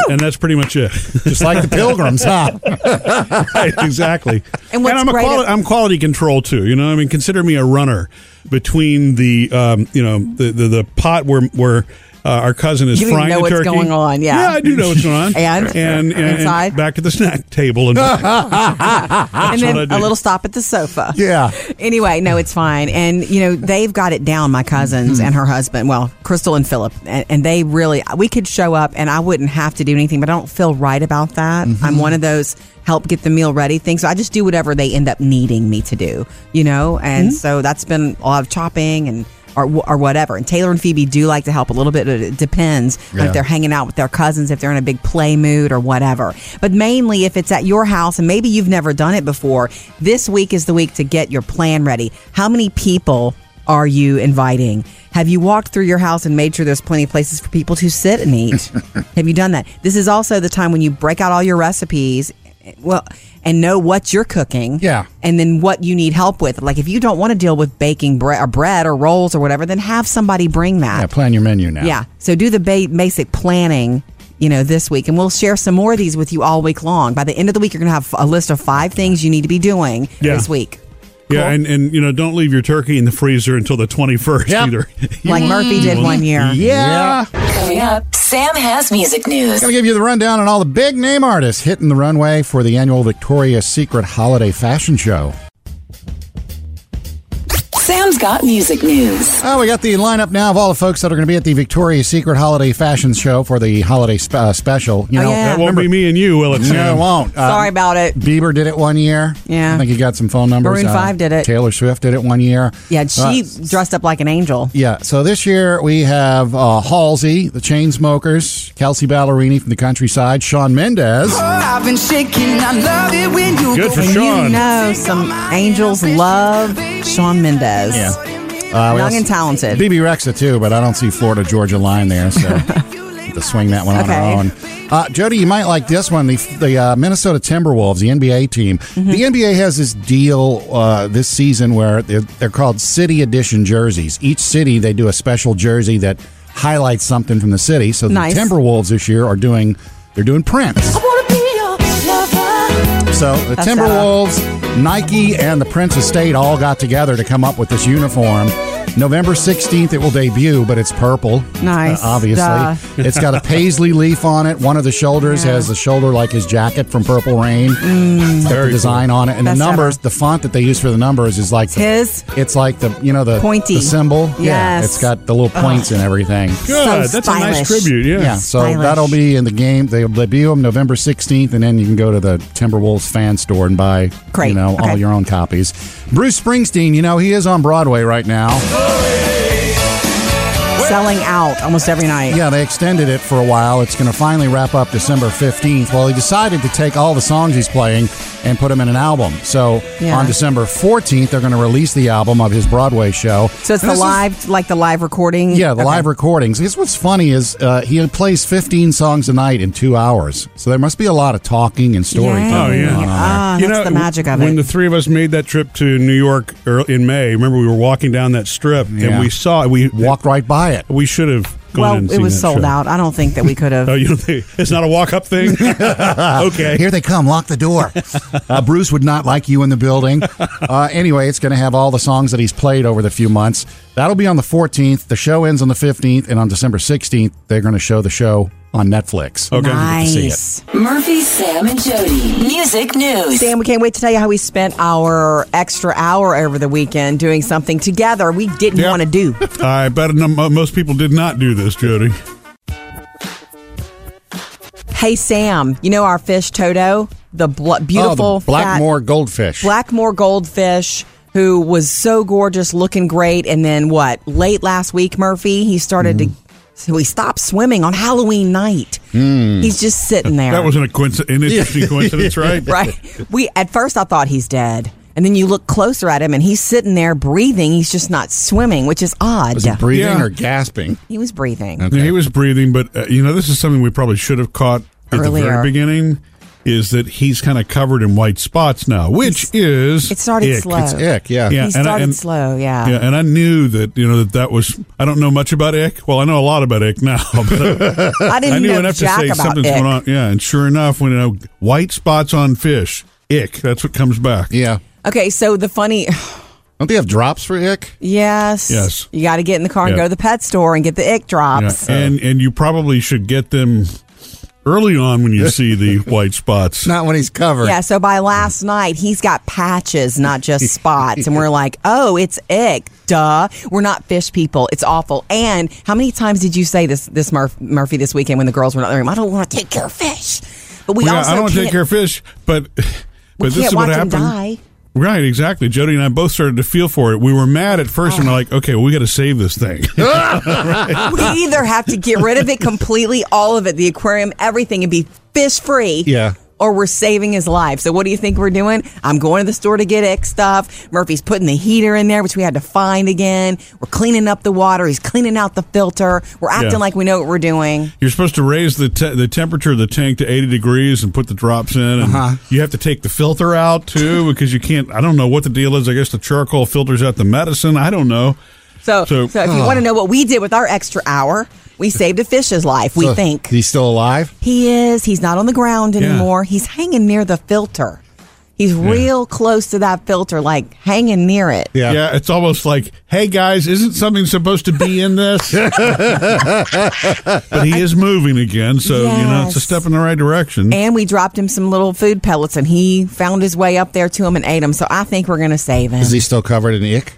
Speaker 3: and that's pretty much it.
Speaker 2: Just like the pilgrims, huh?
Speaker 3: right, exactly.
Speaker 1: And what's
Speaker 3: I'm, a
Speaker 1: great
Speaker 3: quali-
Speaker 1: ab-
Speaker 3: I'm quality control too. You know, I mean, consider me a runner between the um, you know the the, the pot where where. Uh, our cousin is
Speaker 1: You don't even
Speaker 3: frying
Speaker 1: know
Speaker 3: the
Speaker 1: what's
Speaker 3: turkey.
Speaker 1: going on, yeah.
Speaker 3: I do know what's going on.
Speaker 1: And?
Speaker 3: and, and
Speaker 1: Inside?
Speaker 3: back to the snack table, and
Speaker 1: what. And then
Speaker 3: what I do.
Speaker 1: a little stop at the sofa.
Speaker 2: Yeah.
Speaker 1: Anyway, no, it's fine. And you know they've got it down. My
Speaker 3: Hmm.
Speaker 1: cousins and her husband. Well, Crystal and Philip, and, and they really. We could show up, and I wouldn't have to do anything. But I don't feel right about that.
Speaker 3: Mm-hmm.
Speaker 1: I'm one of those help get the meal ready things. So I just do whatever they end up needing me to do. You know, and
Speaker 3: Mm-hmm.
Speaker 1: so that's been a lot of chopping and. Or, or whatever. And Taylor and Phoebe do like to help a little bit. but It depends on
Speaker 2: Yeah.
Speaker 1: if they're hanging out with their cousins, if they're in a big play mood or whatever. But mainly if it's at your house and maybe you've never done it before, this week is the week to get your plan ready. How many people are you inviting? Have you walked through your house and made sure there's plenty of places for people to sit and eat? Have you done that? This is also the time when you break out all your recipes. Well, and know what you're cooking.
Speaker 2: Yeah.
Speaker 1: And then what you need help with. Like if you don't want to deal with baking bre- or bread or rolls or whatever, then have somebody bring that.
Speaker 2: Yeah, plan your menu now.
Speaker 1: Yeah. So do the ba- basic planning, you know, this week, and we'll share some more of these with you all week long. By the end of the week, you're going to have a list of five things you need to be doing
Speaker 3: Yeah.
Speaker 1: this week,
Speaker 3: yeah, and, and you know, don't leave your turkey in the freezer until the 21st
Speaker 2: Yep.
Speaker 3: either.
Speaker 1: like Murphy did one year.
Speaker 2: Yeah.
Speaker 4: Coming up, Sam has music news.
Speaker 2: Gonna give you the rundown on all the big name artists hitting the runway for the annual Victoria's Secret Holiday Fashion Show.
Speaker 4: Sam's got music news.
Speaker 2: Oh, we got the lineup now of all the folks that are going to be at the Victoria's Secret Holiday Fashion Show for the holiday spe- uh, special. You
Speaker 1: Oh,
Speaker 2: know,
Speaker 1: yeah.
Speaker 3: That won't be me and you, will it?
Speaker 2: no,
Speaker 3: Sam?
Speaker 2: it won't. Uh,
Speaker 1: Sorry about it.
Speaker 2: Bieber did it one year.
Speaker 1: Yeah.
Speaker 2: I think he got some phone numbers. Uh,
Speaker 1: Maroon five did it.
Speaker 2: Taylor Swift did it one year.
Speaker 1: Yeah, she
Speaker 2: Uh,
Speaker 1: dressed up like an angel.
Speaker 2: yeah. So this year we have uh, Halsey, the Chainsmokers, Kelsey Ballerini from the countryside, Sean Mendez.
Speaker 4: I've been shaking. I love it when you
Speaker 3: Good for
Speaker 1: And you
Speaker 3: Sean.
Speaker 1: know, some angels love Sean Mendez.
Speaker 2: Yeah. Uh,
Speaker 1: Young
Speaker 2: also-
Speaker 1: and talented.
Speaker 2: BB Rexa too, but I don't see Florida Georgia line there, so to swing that one on
Speaker 1: Okay.
Speaker 2: our own. Uh, Jody, you might like this one. The, the uh, Minnesota Timberwolves, the NBA team.
Speaker 1: Mm-hmm.
Speaker 2: The NBA has this deal uh, this season where they're, they're called City Edition jerseys. Each city they do a special jersey that highlights something from the city. So the
Speaker 1: Nice.
Speaker 2: Timberwolves this year are doing they're doing Prince. So the
Speaker 1: That's
Speaker 2: Timberwolves, Nike, and the Prince Estate all got together to come up with this uniform. November 16th, it will debut, but it's purple.
Speaker 1: Nice.
Speaker 2: uh, obviously.
Speaker 1: Duh.
Speaker 2: It's got a paisley leaf on it. One of the shoulders
Speaker 1: Yeah. Mm.
Speaker 2: has the shoulder like his jacket from Purple Rain. It's got the
Speaker 3: Very
Speaker 2: design on it. And
Speaker 1: Best
Speaker 2: the numbers,
Speaker 1: ever.
Speaker 2: the font that they use for the numbers is like the,
Speaker 1: his.
Speaker 2: It's like the, you know, the
Speaker 1: Pointy.
Speaker 2: the symbol. Yeah.
Speaker 1: Yes.
Speaker 2: It's got the little points and everything.
Speaker 3: Good.
Speaker 1: So
Speaker 3: That's a
Speaker 1: stylish.
Speaker 3: nice tribute. Yeah.
Speaker 2: Yeah, so
Speaker 1: Stylish.
Speaker 2: that'll be in the game. They'll debut them November 16th, and then you can go to the Timberwolves fan store and buy,
Speaker 1: Great.
Speaker 2: you know, all
Speaker 1: Okay.
Speaker 2: your own copies. Bruce Springsteen, you know, he is on Broadway right now.
Speaker 1: Selling out almost every night.
Speaker 2: Yeah, they extended it for a while. It's going to finally wrap up December 15th. Well, he decided to take all the songs he's playing and put them in an album. So
Speaker 1: Yeah.
Speaker 2: on December 14th, they're going to release the album of his Broadway show.
Speaker 1: So it's
Speaker 2: And
Speaker 1: the
Speaker 2: this is-
Speaker 1: live, like the live recording.
Speaker 2: yeah, the
Speaker 1: Okay.
Speaker 2: live recordings. Because what's funny is uh, he plays 15 songs a night in two hours. So there must be a lot of talking and storytelling.
Speaker 3: Oh, yeah.
Speaker 2: on there.
Speaker 1: Ah, that's the magic of
Speaker 3: When
Speaker 1: it.
Speaker 3: the three of us made that trip to New York ear- in May, remember we were walking down that strip
Speaker 2: Yeah.
Speaker 3: and we saw we
Speaker 2: Walked right by it.
Speaker 3: We should have gone
Speaker 1: well,
Speaker 3: and
Speaker 1: it
Speaker 3: seen
Speaker 1: was
Speaker 3: that
Speaker 1: sold
Speaker 3: show.
Speaker 1: out. I don't think that we could have.
Speaker 3: Oh, you don't think it's not a walk up thing? okay.
Speaker 2: Here they come. Lock the door. uh, Bruce would not like you in the building. Uh, anyway, it's going to have all the songs that he's played over the few months. That'll be on the 14th. The show ends on the 15th. And on December 16th, they're going to show the show on Netflix.
Speaker 3: Okay.
Speaker 1: nice.
Speaker 4: Murphy, Sam, and Jody. Music news.
Speaker 1: Sam, we can't wait to tell you how we spent our extra hour over the weekend doing something together we didn't
Speaker 3: Yeah.
Speaker 1: want to do.
Speaker 3: I bet no, mo- most people did not do this, Jody.
Speaker 1: hey, Sam, you know our fish Toto, the bl- beautiful
Speaker 2: oh, the Blackmore
Speaker 1: fat,
Speaker 2: Goldfish.
Speaker 1: Blackmore goldfish who was so gorgeous, looking great, and then what? Late last week, Murphy, he started to. So he stopped swimming on Halloween night. He's just sitting there.
Speaker 3: That wasn't a coincidence, an interesting coincidence, right?
Speaker 1: right? We at first I thought he's dead, and then you look closer at him, and he's sitting there breathing. He's just not swimming, which is odd.
Speaker 2: Was he breathing
Speaker 3: Yeah.
Speaker 2: or gasping?
Speaker 1: he was breathing.
Speaker 3: Yeah, he was breathing, but uh, you know, this is something we probably should have caught at the
Speaker 1: Earlier.
Speaker 3: very beginning. Is that he's kind of covered in white spots now, which is
Speaker 1: It started
Speaker 3: ick.
Speaker 1: slow.
Speaker 2: It's ick, yeah.
Speaker 3: Yeah.
Speaker 1: he
Speaker 3: and I-
Speaker 1: started
Speaker 3: and-
Speaker 1: slow. Yeah.
Speaker 3: Yeah, and I knew that you know that that was. I don't know much about ick. Well, I know a lot about ick now, but
Speaker 1: I didn't
Speaker 3: I knew
Speaker 1: know
Speaker 3: enough to
Speaker 1: jack
Speaker 3: say
Speaker 1: about
Speaker 3: something's
Speaker 1: it.
Speaker 3: going on. Yeah, and sure enough, when you know white spots on fish, ick. That's what comes back.
Speaker 2: Yeah.
Speaker 1: Okay, so the funny,
Speaker 2: Don't they have drops for ick?
Speaker 1: yes,
Speaker 3: Yes.
Speaker 1: you got to get in the car and
Speaker 3: Yeah.
Speaker 1: go to the pet store and get the ick
Speaker 3: Yeah,
Speaker 1: drops.
Speaker 3: and and you probably should get them early on when you see the white spots.
Speaker 2: Not when he's covered.
Speaker 1: Yeah, so by last night, he's got patches, not just spots. And we're like, oh, it's ick. Duh. We're not fish people. It's awful. And how many times did you say this, this Murph, Murphy, this weekend when the girls were not in the room? I don't want to take care of fish. But we
Speaker 3: Yeah,
Speaker 1: also
Speaker 3: I don't
Speaker 1: can't,
Speaker 3: take care of fish, but but
Speaker 1: we
Speaker 3: this
Speaker 1: can't
Speaker 3: is
Speaker 1: watch
Speaker 3: what happened.
Speaker 1: them die.
Speaker 3: Right, exactly. Jody and I both started to feel for it. We were mad at first,
Speaker 1: Oh.
Speaker 3: and we're like, okay, well, we got to save this thing.
Speaker 1: We either have to get rid of it completely, all of it, the aquarium, everything, and be fish free.
Speaker 2: Yeah.
Speaker 1: Or we're saving his life. So what do you think we're doing? I'm going to the store to get X stuff. Murphy's putting the heater in there, which we had to find again. We're cleaning up the water. He's cleaning out the filter. We're acting
Speaker 3: Yeah.
Speaker 1: like we know what we're doing.
Speaker 3: You're supposed to raise the te- the temperature of the tank to 80 degrees and put the drops in, and you have to take the filter out too because you can't. I don't know what the deal is. I guess the charcoal filters out the medicine. I don't know.
Speaker 1: So, so,
Speaker 3: So-
Speaker 1: if you want to know what we did with our extra hour, we saved a fish's life. We
Speaker 2: So,
Speaker 1: think
Speaker 2: He's still alive?
Speaker 1: He is. He's not on the ground anymore. He's hanging near the filter. He's real close to that filter, like hanging near it.
Speaker 2: Yeah.
Speaker 3: yeah, it's almost like, hey guys, isn't something supposed to be in this? but he is moving again, so you know it's a
Speaker 1: Yes.
Speaker 3: step in the right direction.
Speaker 1: And we dropped him some little food pellets, and he found his way up there to him and ate them. So I think we're going to save him.
Speaker 2: Is he still covered in ick?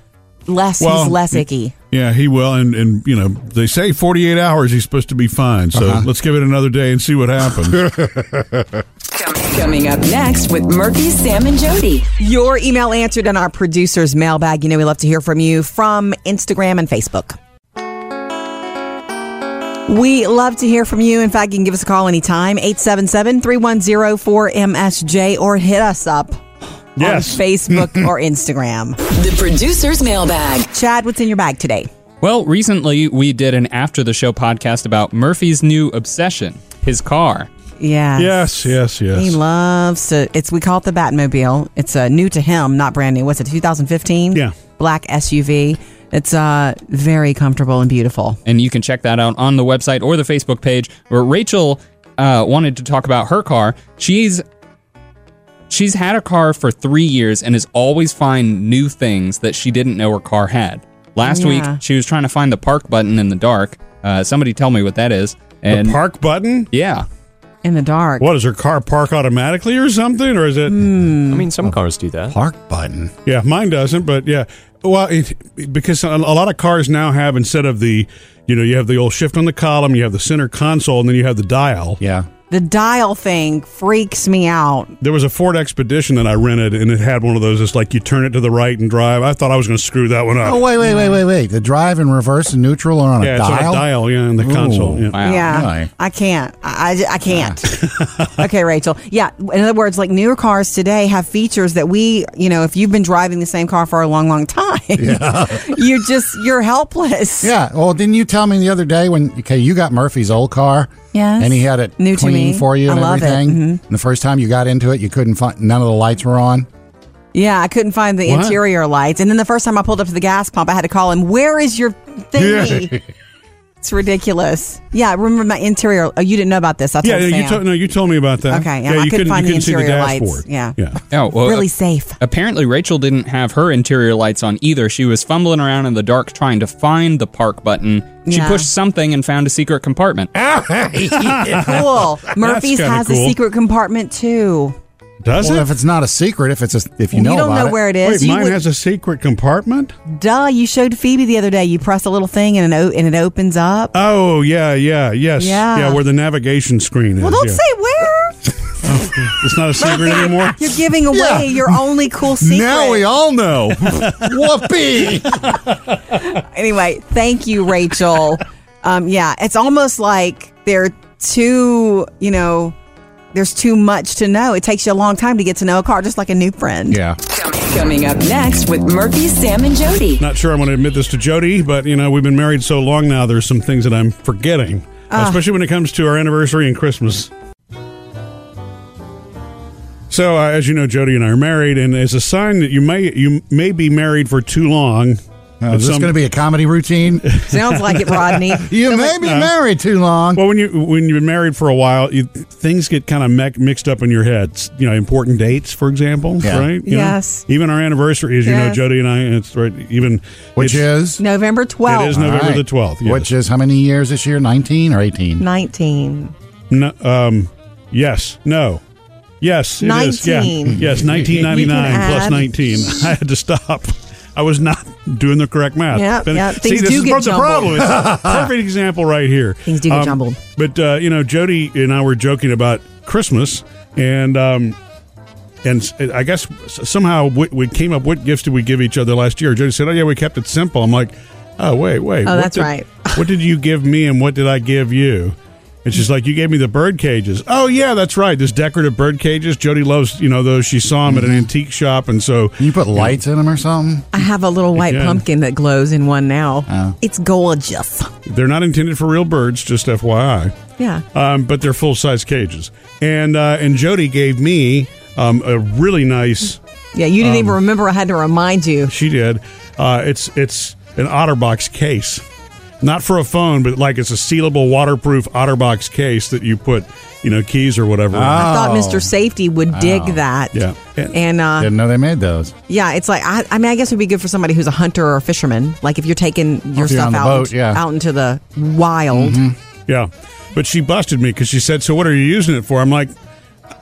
Speaker 1: less,
Speaker 3: Well,
Speaker 1: he's less
Speaker 3: y-
Speaker 1: icky.
Speaker 3: Yeah, he will, and and you know they say 48 hours he's supposed to be fine. So let's give it another day and see what happens.
Speaker 4: Coming up next with Murphy, Sam, and Jody.
Speaker 1: Your email answered in our producer's mailbag. You know, we love to hear from you from Instagram and Facebook. We love to hear from you. In fact, you can give us a call anytime, 877-310-4MSJ, or hit us up
Speaker 3: yes,
Speaker 1: on Facebook or Instagram.
Speaker 4: The producer's mailbag.
Speaker 1: Chad, what's in your bag today?
Speaker 9: Well, recently we did an after the show podcast about Murphy's new obsession, his car.
Speaker 1: Yes.
Speaker 3: yes, yes, yes.
Speaker 1: He loves to. It's we call it the Batmobile. It's uh, new to him, not brand new. What's it? 2015.
Speaker 3: Yeah.
Speaker 1: Black SUV. It's uh very comfortable and beautiful.
Speaker 9: and you can check that out on the website or the Facebook page. Where Rachel uh, wanted to talk about her car. She's she's had a car for three years and has always find new things that she didn't know her car had. Last
Speaker 1: Yeah.
Speaker 9: week, she was trying to find the park button in the dark. Uh, somebody tell me what that is. And
Speaker 3: the park button?
Speaker 9: yeah,
Speaker 1: in the dark.
Speaker 3: What, does her car park automatically or something? Or is it.
Speaker 1: Mm.
Speaker 8: I mean,
Speaker 9: Oh.
Speaker 8: some cars do that.
Speaker 2: Park button.
Speaker 3: Yeah, mine doesn't, but yeah. Well, it, because a a lot of cars now have instead of the, you know, you have the old shift on the column, you have the center console, and then you have the dial.
Speaker 2: Yeah.
Speaker 1: The dial thing freaks me out.
Speaker 3: There was a Ford Expedition that I rented, and it had one of those. It's like you turn it to the right and drive. I thought I was going to screw that one up.
Speaker 2: Oh wait, wait, wait, wait, wait. The drive in reverse and neutral are on
Speaker 3: yeah,
Speaker 2: a
Speaker 3: it's
Speaker 2: dial.
Speaker 3: on a dial. Yeah, in the
Speaker 2: Ooh.
Speaker 3: console. Yeah.
Speaker 9: Wow.
Speaker 1: yeah,
Speaker 2: really?
Speaker 1: I can't. I, I j- I can't. okay, Rachel. Yeah. In other words, like newer cars today have features that we, you know, if you've been driving the same car for a long, long time, you just you're helpless.
Speaker 2: Yeah. Well, didn't you tell me the other day when okay, you got Murphy's old car?
Speaker 1: Yes.
Speaker 2: And he had it
Speaker 1: New to
Speaker 2: clean
Speaker 1: me.
Speaker 2: for you
Speaker 1: I
Speaker 2: and
Speaker 1: love it.
Speaker 2: everything.
Speaker 1: Mhm.
Speaker 2: And the first time you got into it, you couldn't find none of the lights were on.
Speaker 1: Yeah, I couldn't find the
Speaker 3: What?
Speaker 1: interior lights, and then the first time I pulled up to the gas pump, I had to call him. Where is your thingy? It's ridiculous. Yeah, I remember my interior. Oh, you didn't know about this. I
Speaker 3: Yeah,
Speaker 1: told
Speaker 3: yeah, you
Speaker 1: Sam.
Speaker 3: told no, you told me about that.
Speaker 1: Okay, yeah, I couldn't find the interior lights. Yeah.
Speaker 3: yeah.
Speaker 9: Oh, well,
Speaker 3: uh,
Speaker 1: really safe.
Speaker 9: Apparently, Rachel didn't have her interior lights on either. She was fumbling around in the dark trying to find the park button. She
Speaker 1: Yeah.
Speaker 9: pushed something and found a secret compartment.
Speaker 1: Cool. Murphy's
Speaker 3: kinda
Speaker 1: has
Speaker 3: cool.
Speaker 1: a secret compartment too.
Speaker 3: Does
Speaker 2: well,
Speaker 3: it?
Speaker 2: if it's not a secret, if it's a, if you
Speaker 1: You
Speaker 2: know
Speaker 1: don't
Speaker 2: about
Speaker 1: know
Speaker 2: it,
Speaker 1: where it is.
Speaker 3: Wait,
Speaker 1: You
Speaker 3: mine
Speaker 1: would-
Speaker 3: has a secret compartment.
Speaker 1: Duh, you showed Phoebe the other day. You press a little thing and it, o- and it opens up.
Speaker 3: Oh yeah, yeah, yes,
Speaker 1: Yeah.
Speaker 3: Where the navigation screen is.
Speaker 1: well, don't
Speaker 3: yeah.
Speaker 1: say where.
Speaker 3: it's not a secret anymore.
Speaker 1: You're giving away your only cool secret.
Speaker 2: Now we all know. Whoopee!
Speaker 1: anyway, thank you, Rachel. um, yeah, it's almost like they're too, you know, there's too much to know. It takes you a long time to get to know a car, just like a new friend.
Speaker 2: Yeah.
Speaker 4: Coming up next with Murphy, Sam, and Jody.
Speaker 3: Not sure I'm going to admit this to Jody, but you know we've been married so long now. There's some things that I'm forgetting,
Speaker 1: Ah.
Speaker 3: especially when it comes to our anniversary and Christmas. So, uh, as you know, Jody and I are married, and as a sign that you may you may be married for too long,
Speaker 2: Now, is this
Speaker 3: some-
Speaker 2: going to be a comedy routine?
Speaker 1: Sounds like it, Rodney.
Speaker 2: You may be married too long.
Speaker 3: well, when you when you've been married for a while, you, things get kind of mec- mixed up in your head. S- You know, important dates, for example,
Speaker 2: Yeah.
Speaker 3: right? You know,
Speaker 1: Yes.
Speaker 3: even our anniversary, as you know,
Speaker 1: Yes.
Speaker 3: Jody and I, it's right. Even
Speaker 2: Which
Speaker 3: it's-
Speaker 2: is?
Speaker 1: November 12th.
Speaker 3: It is November the 12th. Yes.
Speaker 2: Which is how many years this year? 19 or 18?
Speaker 1: 19.
Speaker 3: No, um, yes, no, yes, it is. Yeah.
Speaker 1: 19.
Speaker 3: Yes, nineteen ninety
Speaker 1: You
Speaker 3: nine
Speaker 1: can
Speaker 3: plus
Speaker 1: add.
Speaker 3: nineteen. I had to stop. I was not doing the correct math.
Speaker 1: Yep,
Speaker 3: But-
Speaker 1: yep,
Speaker 3: See,
Speaker 1: things
Speaker 3: this
Speaker 1: do
Speaker 3: is
Speaker 1: get
Speaker 3: part of the problem. It's a perfect example right here.
Speaker 1: Things do get jumbled.
Speaker 3: But uh, you know, Jody and I were joking about Christmas, and um, and s- I guess s- somehow we, we came up. What gifts did we give each other last year? Jody said, "Oh yeah, we kept it simple." I'm like, "Oh wait, wait.
Speaker 1: Oh,
Speaker 3: what
Speaker 1: that's
Speaker 3: did-
Speaker 1: right.
Speaker 3: what did you give me, and what did I give you?" And she's like, "You gave me the bird cages." Oh yeah, that's right. This decorative bird cages. Jody loves, you know, those. She saw them at an antique shop, and so
Speaker 2: You put lights in them or something?
Speaker 1: I have a little white
Speaker 3: Again.
Speaker 1: pumpkin that glows in one now.
Speaker 2: Oh.
Speaker 1: It's gorgeous.
Speaker 3: they're not intended for real birds. Just FYI.
Speaker 1: Yeah.
Speaker 3: um, but they're full size cages. And uh, and Jody gave me um, a really nice.
Speaker 1: Yeah, you
Speaker 2: Um,
Speaker 1: didn't even remember I had to remind you.
Speaker 3: She did. Uh, it's it's an OtterBox case, not for a phone, but like it's a sealable, waterproof OtterBox case that you put you know keys or whatever. in.
Speaker 1: I
Speaker 2: oh.
Speaker 1: thought Mr. Safety would dig that.
Speaker 3: Yeah. And-
Speaker 1: And uh,
Speaker 2: Didn't know they made those.
Speaker 1: Yeah, it's like I, I mean, I guess it would be good for somebody who's a hunter or a fisherman. Like if you're taking your
Speaker 2: if you're
Speaker 1: stuff
Speaker 2: on the
Speaker 1: out,
Speaker 2: boat, yeah. Mm-hmm.
Speaker 1: out into the wild.
Speaker 3: Yeah, but she busted me because she said, "So what are you using it for?" I'm like,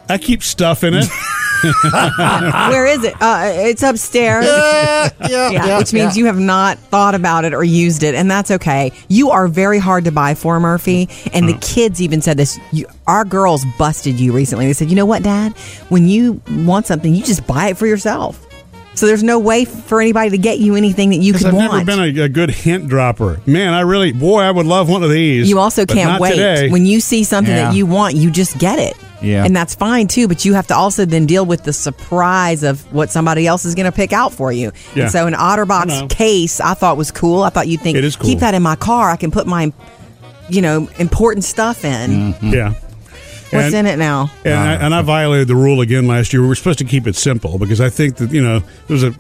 Speaker 3: "I keep stuff in it."
Speaker 1: Where is it? Uh, it's upstairs.
Speaker 2: yeah,
Speaker 1: Yeah, which means you have not thought about it or used it, and that's okay. You are very hard to buy for Murphy, and
Speaker 2: Uh-huh.
Speaker 1: the kids even said this. You, our girls busted you recently. They said, "You know what, Dad? When you want something, you just buy it for yourself." So there's no way for anybody to get you anything that you
Speaker 3: Because
Speaker 1: could
Speaker 3: I've
Speaker 1: want.
Speaker 3: never been a, a good hint dropper. Man, I really, boy, I would love one of these.
Speaker 1: You also
Speaker 3: but
Speaker 1: can't
Speaker 3: not
Speaker 1: wait.
Speaker 3: today.
Speaker 1: When you see something
Speaker 2: Yeah.
Speaker 1: that you want, you just get it.
Speaker 2: Yeah.
Speaker 1: And that's fine too, but you have to also then deal with the surprise of what somebody else is going to pick out for you.
Speaker 3: Yeah.
Speaker 1: And so an
Speaker 3: I know.
Speaker 1: OtterBox case I thought was cool. I thought you'd think
Speaker 3: It is cool.
Speaker 1: keep that in my car. I can put my you know important stuff in.
Speaker 3: yeah.
Speaker 1: What's
Speaker 3: Mm. And-
Speaker 1: in it now?
Speaker 2: Ah.
Speaker 3: And I, and I violated the rule again last year. We were supposed to keep it simple because I think that you know there was a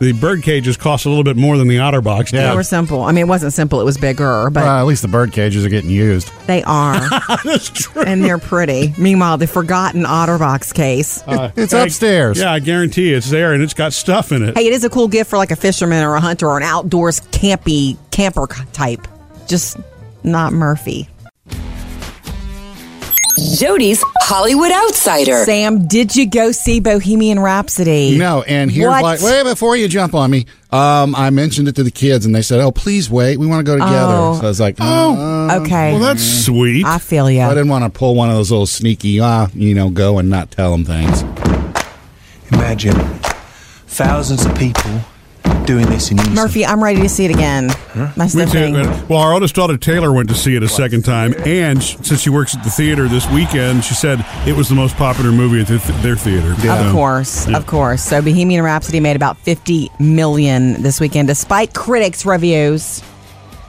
Speaker 3: the bird cages cost a little bit more than the otter box.
Speaker 1: They
Speaker 2: Yeah.
Speaker 1: were simple. I mean, it wasn't simple. It was bigger, but
Speaker 2: Well, at least the bird cages are getting used.
Speaker 1: they are,
Speaker 3: That's true.
Speaker 1: and they're pretty. Meanwhile, the forgotten OtterBox case.
Speaker 2: It's
Speaker 3: I-
Speaker 2: upstairs.
Speaker 3: Uh, yeah, I guarantee you it's there and it's got stuff in it.
Speaker 1: hey, it is a cool gift for like a fisherman or a hunter or an outdoors campy camper type. Just not Murphy.
Speaker 4: Jody's Hollywood Outsider.
Speaker 1: Sam, did you go see Bohemian Rhapsody?
Speaker 2: No, and here's
Speaker 1: What?
Speaker 2: why. Wait, before you jump on me, um, I mentioned it to the kids, and they said, "Oh, please wait, we want to go together."
Speaker 1: Oh.
Speaker 2: So I was like, "Oh,
Speaker 1: Okay,
Speaker 3: Well, that's sweet.
Speaker 1: I feel you.
Speaker 2: I didn't want to pull one of those little sneaky, ah, you know, go and not tell them things."
Speaker 11: Imagine thousands of people doing this in unison.
Speaker 1: Murphy, I'm ready to see it again. That's
Speaker 3: Me
Speaker 1: the
Speaker 3: too.
Speaker 1: thing.
Speaker 3: Well, our oldest daughter Taylor went to see it a second time, and s- since she works at the theater this weekend, she said it was the most popular movie at the th- their theater.
Speaker 1: Of course, of course. So Bohemian Rhapsody made about 50 million this weekend, despite critics' reviews.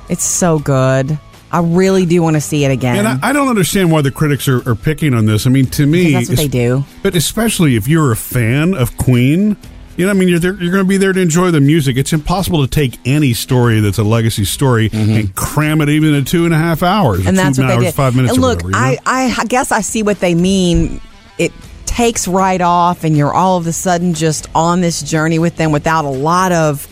Speaker 1: It's so good. I really do want to see it again.
Speaker 3: And I, I don't understand why the critics are, are picking on this. I mean, to me,
Speaker 1: Because that's what
Speaker 3: es-
Speaker 1: they do.
Speaker 3: But especially if you're a fan of Queen, you know, I mean, you're there, you're going to be there to enjoy the music. It's impossible to take any story that's a legacy story and cram it even in two and a half hours, or
Speaker 1: Mm-hmm. and that's
Speaker 3: two
Speaker 1: what they
Speaker 3: hours,
Speaker 1: did.
Speaker 3: five minutes.
Speaker 1: And
Speaker 3: or
Speaker 1: look,
Speaker 3: whatever, you know?
Speaker 1: I, I, I guess I see what they mean. It takes right off, and you're all of a sudden just on this journey with them without a lot of,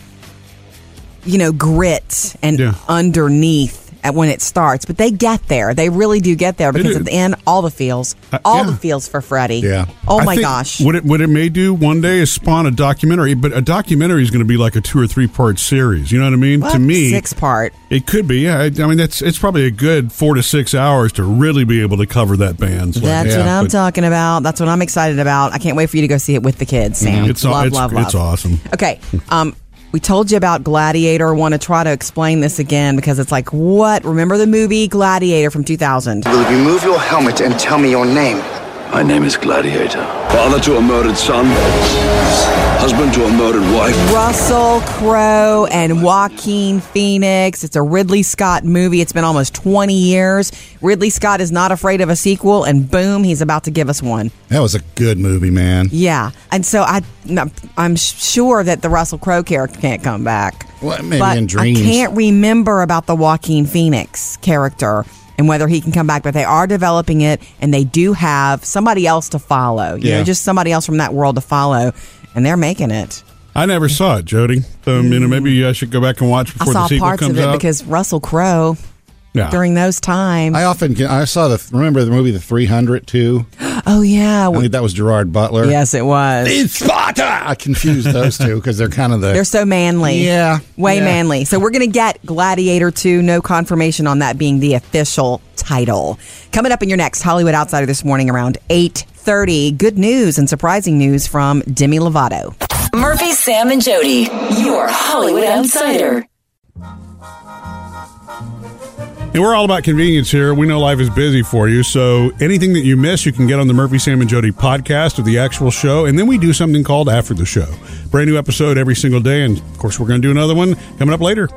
Speaker 1: you know, grit and
Speaker 3: Yeah.
Speaker 1: underneath at when it starts. But they get there. They really do get there because
Speaker 3: do.
Speaker 1: at the end, all the feels,
Speaker 3: Uh,
Speaker 1: all
Speaker 3: yeah.
Speaker 1: the feels for Freddie.
Speaker 2: Yeah.
Speaker 1: Oh
Speaker 3: I
Speaker 1: my
Speaker 3: think
Speaker 1: gosh.
Speaker 3: What it what it may do one day is spawn a documentary, but a documentary is going to be like a two or three part series. You know what I mean?
Speaker 1: What?
Speaker 3: To me,
Speaker 1: six part.
Speaker 3: it could be. Yeah, I, I mean that's it's probably a good four to six hours to really be able to cover that band's.
Speaker 1: That's
Speaker 2: yeah,
Speaker 1: what I'm
Speaker 3: but-
Speaker 1: talking about. That's what I'm excited about. I can't wait for you to go see it with the kids, Sam.
Speaker 3: Mm-hmm. It's aw-
Speaker 1: love,
Speaker 3: it's-
Speaker 1: love, love.
Speaker 3: it's awesome.
Speaker 1: Okay. Um, we told you about Gladiator. Want to try to explain this again because it's like what? Remember the movie Gladiator from 2000?
Speaker 5: Will you move your helmet and tell me your name?
Speaker 6: My name is Gladiator. Father to a murdered son, husband to a murdered wife.
Speaker 1: Russell Crowe and Joaquin Phoenix. It's a Ridley Scott movie. It's been almost 20 years. Ridley Scott is not afraid of a sequel, and boom, he's about to give us one.
Speaker 2: That was a good movie, man.
Speaker 1: Yeah, and so I, no, I'm sure that the Russell Crowe character can't come back.
Speaker 2: Well, maybe
Speaker 1: but
Speaker 2: in dreams.
Speaker 1: I can't remember about the Joaquin Phoenix character and whether he can come back. But they are developing it, and they do have somebody else to follow. You
Speaker 2: Yeah.
Speaker 1: know, just somebody else from that world to follow, and they're making it.
Speaker 3: I never saw it, Jody. So you know, maybe I should go back and watch
Speaker 1: I
Speaker 3: before the
Speaker 1: saw
Speaker 3: sequel
Speaker 1: parts of
Speaker 3: comes
Speaker 1: it
Speaker 3: out.
Speaker 1: because Russell Crowe
Speaker 3: yeah.
Speaker 1: during those times.
Speaker 2: I often can, I saw the remember the movie The 300 too.
Speaker 1: oh yeah,
Speaker 2: I think that was Gerard Butler.
Speaker 1: yes, it was.
Speaker 2: It's Sparta. I confused those two because they're kind of the
Speaker 1: They're so manly.
Speaker 2: Yeah,
Speaker 1: Way
Speaker 2: yeah.
Speaker 1: manly. So we're going to get Gladiator 2. No confirmation on that being the official title. Coming up in your next Hollywood Outsider this morning around 8.30. Good news and surprising news from Demi Lovato.
Speaker 4: Murphy, Sam, and Jody. Your Hollywood Outsider.
Speaker 3: And we're all about convenience here. We know life is busy for you, so anything that you miss, you can get on the Murphy, Sam, and Jody podcast or the actual show. And then we do something called After the Show. Brand new episode every single day. And of course, we're going to do another one coming up later.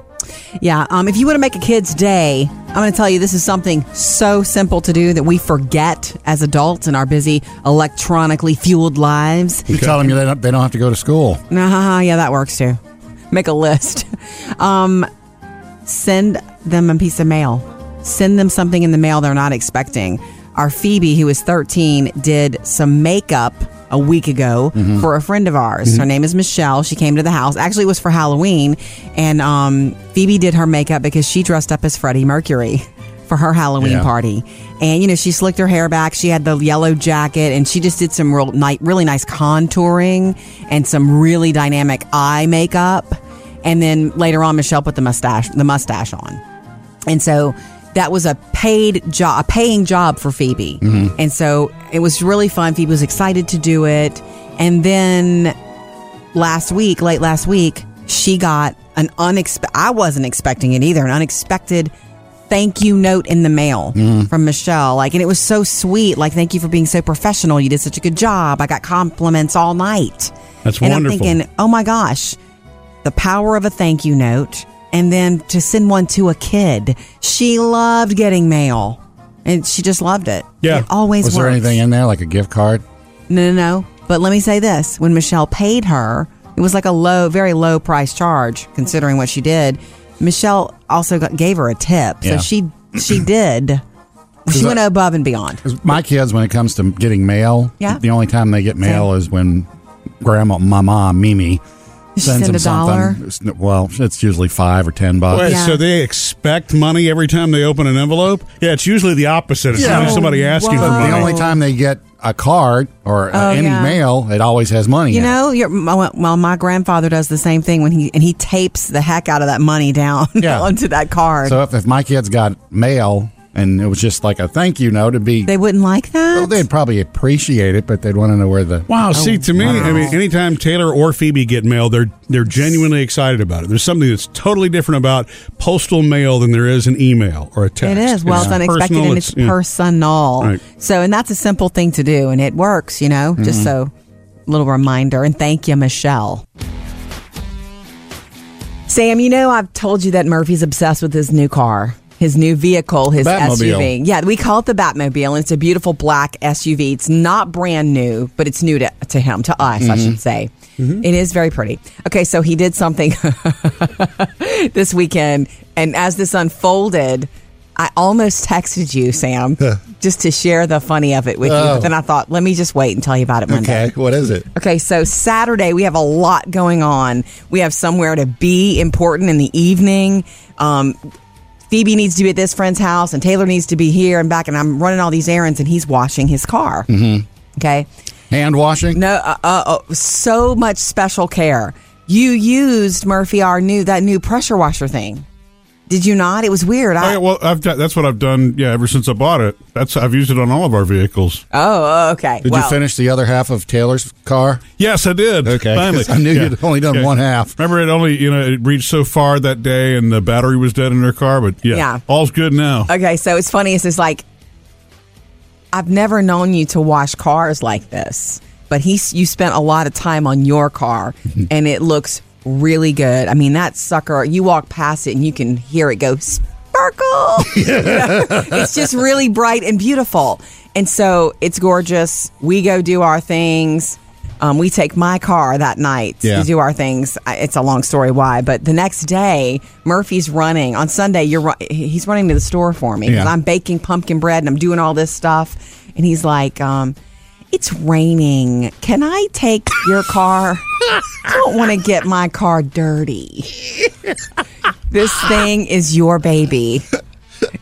Speaker 1: Yeah, um, if you want to make a kid's day, I'm going to tell you this is something so simple to do that we forget as adults in our busy electronically fueled lives.
Speaker 2: You tell them you- they don't, they don't have to go to school.
Speaker 1: Uh, yeah, that works too. Make a list. Um, send them a piece of mail. Send them something in the mail they're not expecting. Our Phoebe, who is 13, did some makeup a week ago for a friend of ours. Her name is Michelle. She came to the house. Actually, it was for Halloween. And um, Phoebe did her makeup because she dressed up as Freddie Mercury for her Halloween
Speaker 2: Yeah.
Speaker 1: party. And, you know, she slicked her hair back. She had the yellow jacket and she just did some real, ni- really nice contouring and some really dynamic eye makeup. And then later on, Michelle put the mustache the mustache on, and so that was a paid job, a paying job for Phoebe.
Speaker 3: Mm-hmm.
Speaker 1: And so it was really fun. Phoebe was excited to do it, and then last week, late last week, she got an unexpected. I wasn't expecting it either. An unexpected thank you note in the mail
Speaker 3: Mm-hmm.
Speaker 1: from Michelle. Like, and it was so sweet. Like, thank you for being so professional. You did such a good job. I got compliments all night.
Speaker 3: That's
Speaker 1: and
Speaker 3: wonderful.
Speaker 1: I'm thinking, oh my gosh, the power of a thank you note, and then to send one to a kid. She loved getting mail, and she just loved it.
Speaker 3: Yeah.
Speaker 1: it always
Speaker 2: Was
Speaker 1: works.
Speaker 2: there anything in there like a gift card?
Speaker 1: No, no, no. But let me say this: when Michelle paid her, It was like a low, very low price charge considering what she did. Michelle also got, gave her a tip, so
Speaker 2: Yeah.
Speaker 1: she she did. She went above and beyond.
Speaker 2: 'Cause My kids, when it comes to getting mail,
Speaker 1: Yeah.
Speaker 2: the only time they get mail is when grandma, mama, Mimi
Speaker 1: She
Speaker 2: sends
Speaker 1: send
Speaker 2: them
Speaker 1: a dollar?
Speaker 2: something. It's- Well, it's usually five or ten
Speaker 1: Uh,
Speaker 2: bucks.
Speaker 3: Wait, So they expect money every time they open an envelope? Yeah, it's usually the opposite. It's usually somebody asking for
Speaker 2: The
Speaker 3: money.
Speaker 2: only time they get a card or uh,
Speaker 1: Oh,
Speaker 2: any
Speaker 1: yeah.
Speaker 2: mail, it always has money.
Speaker 1: You
Speaker 2: in it.
Speaker 1: know, your, my, well, my grandfather does the same thing when he and he tapes the heck out of that money down
Speaker 2: Yeah.
Speaker 1: onto that card.
Speaker 2: So if, if my kids got mail and it was just like a thank you note, it'd be
Speaker 1: they wouldn't like that.
Speaker 2: well, they'd probably appreciate it, but they'd want to know where the
Speaker 1: Oh,
Speaker 3: Wow, see to me, I mean anytime Taylor or Phoebe get mail, they're they're genuinely excited about it. There's something that's totally different about postal mail than there is an email or a
Speaker 1: It
Speaker 3: text.
Speaker 1: is. Well, it's, unexpected
Speaker 3: personal,
Speaker 1: and it's,
Speaker 3: yeah.
Speaker 1: personal.
Speaker 3: Right.
Speaker 1: So, and that's a simple thing to do, and it works. You know,
Speaker 3: Mm-hmm.
Speaker 1: just so little reminder. And thank you, Michelle. Sam, you know I've told you that Murphy's obsessed with his new car, his new vehicle, his
Speaker 2: Batmobile.
Speaker 1: SUV. Yeah, we call it the Batmobile, and it's a beautiful black SUV. It's not brand new, but it's new to, to him, to us, I
Speaker 3: Mm-hmm.
Speaker 1: should say. It is very pretty. Okay, so he did something this weekend, and as this unfolded, I almost texted you, Sam, just to share the funny of it with you. But then I thought, let me just wait and tell you about it Monday.
Speaker 2: okay, what is it?
Speaker 1: Okay, so Saturday we have a lot going on. We have somewhere to be important in the evening. Um, Phoebe needs to be at this friend's house, and Taylor needs to be here and back. And I'm running all these errands, and he's washing his car. Mm-hmm. Okay,
Speaker 2: Hand washing?
Speaker 1: no, uh, uh, uh, so much special care. You used Murphy our new that new pressure washer thing. Did you not? It was weird.
Speaker 3: Oh, yeah, well, I've done, that's what I've done. Yeah, ever since I bought it, that's I've used it on all of our vehicles.
Speaker 1: oh, okay.
Speaker 2: Did
Speaker 1: well,
Speaker 2: you finish the other half of Taylor's car?
Speaker 3: Yes, I did.
Speaker 2: Okay,
Speaker 3: finally,
Speaker 2: 'cause I knew you'd only done one half.
Speaker 3: Remember, it only you know it reached so far that day, and the battery was dead in her car. But yeah,
Speaker 1: Yeah.
Speaker 3: all's good now.
Speaker 1: Okay, so it's funny. It's just like I've never known you to wash cars like this, but he's you spent a lot of time on your car, and it looks really good. I mean, that sucker. You walk past it, and you can hear it go sparkle. You know? It's just really bright and beautiful, and so it's gorgeous. We go do our things. Um, we take my car that night
Speaker 2: Yeah.
Speaker 1: to do our things. I- It's a long story why, but the next day Murphy's running on Sunday. You're ru- he's running to the store for me because
Speaker 2: Yeah.
Speaker 1: I'm baking pumpkin bread and I'm doing all this stuff, and he's like, um, "It's raining. Can I take your car? I don't want to get my car dirty. This thing is your baby."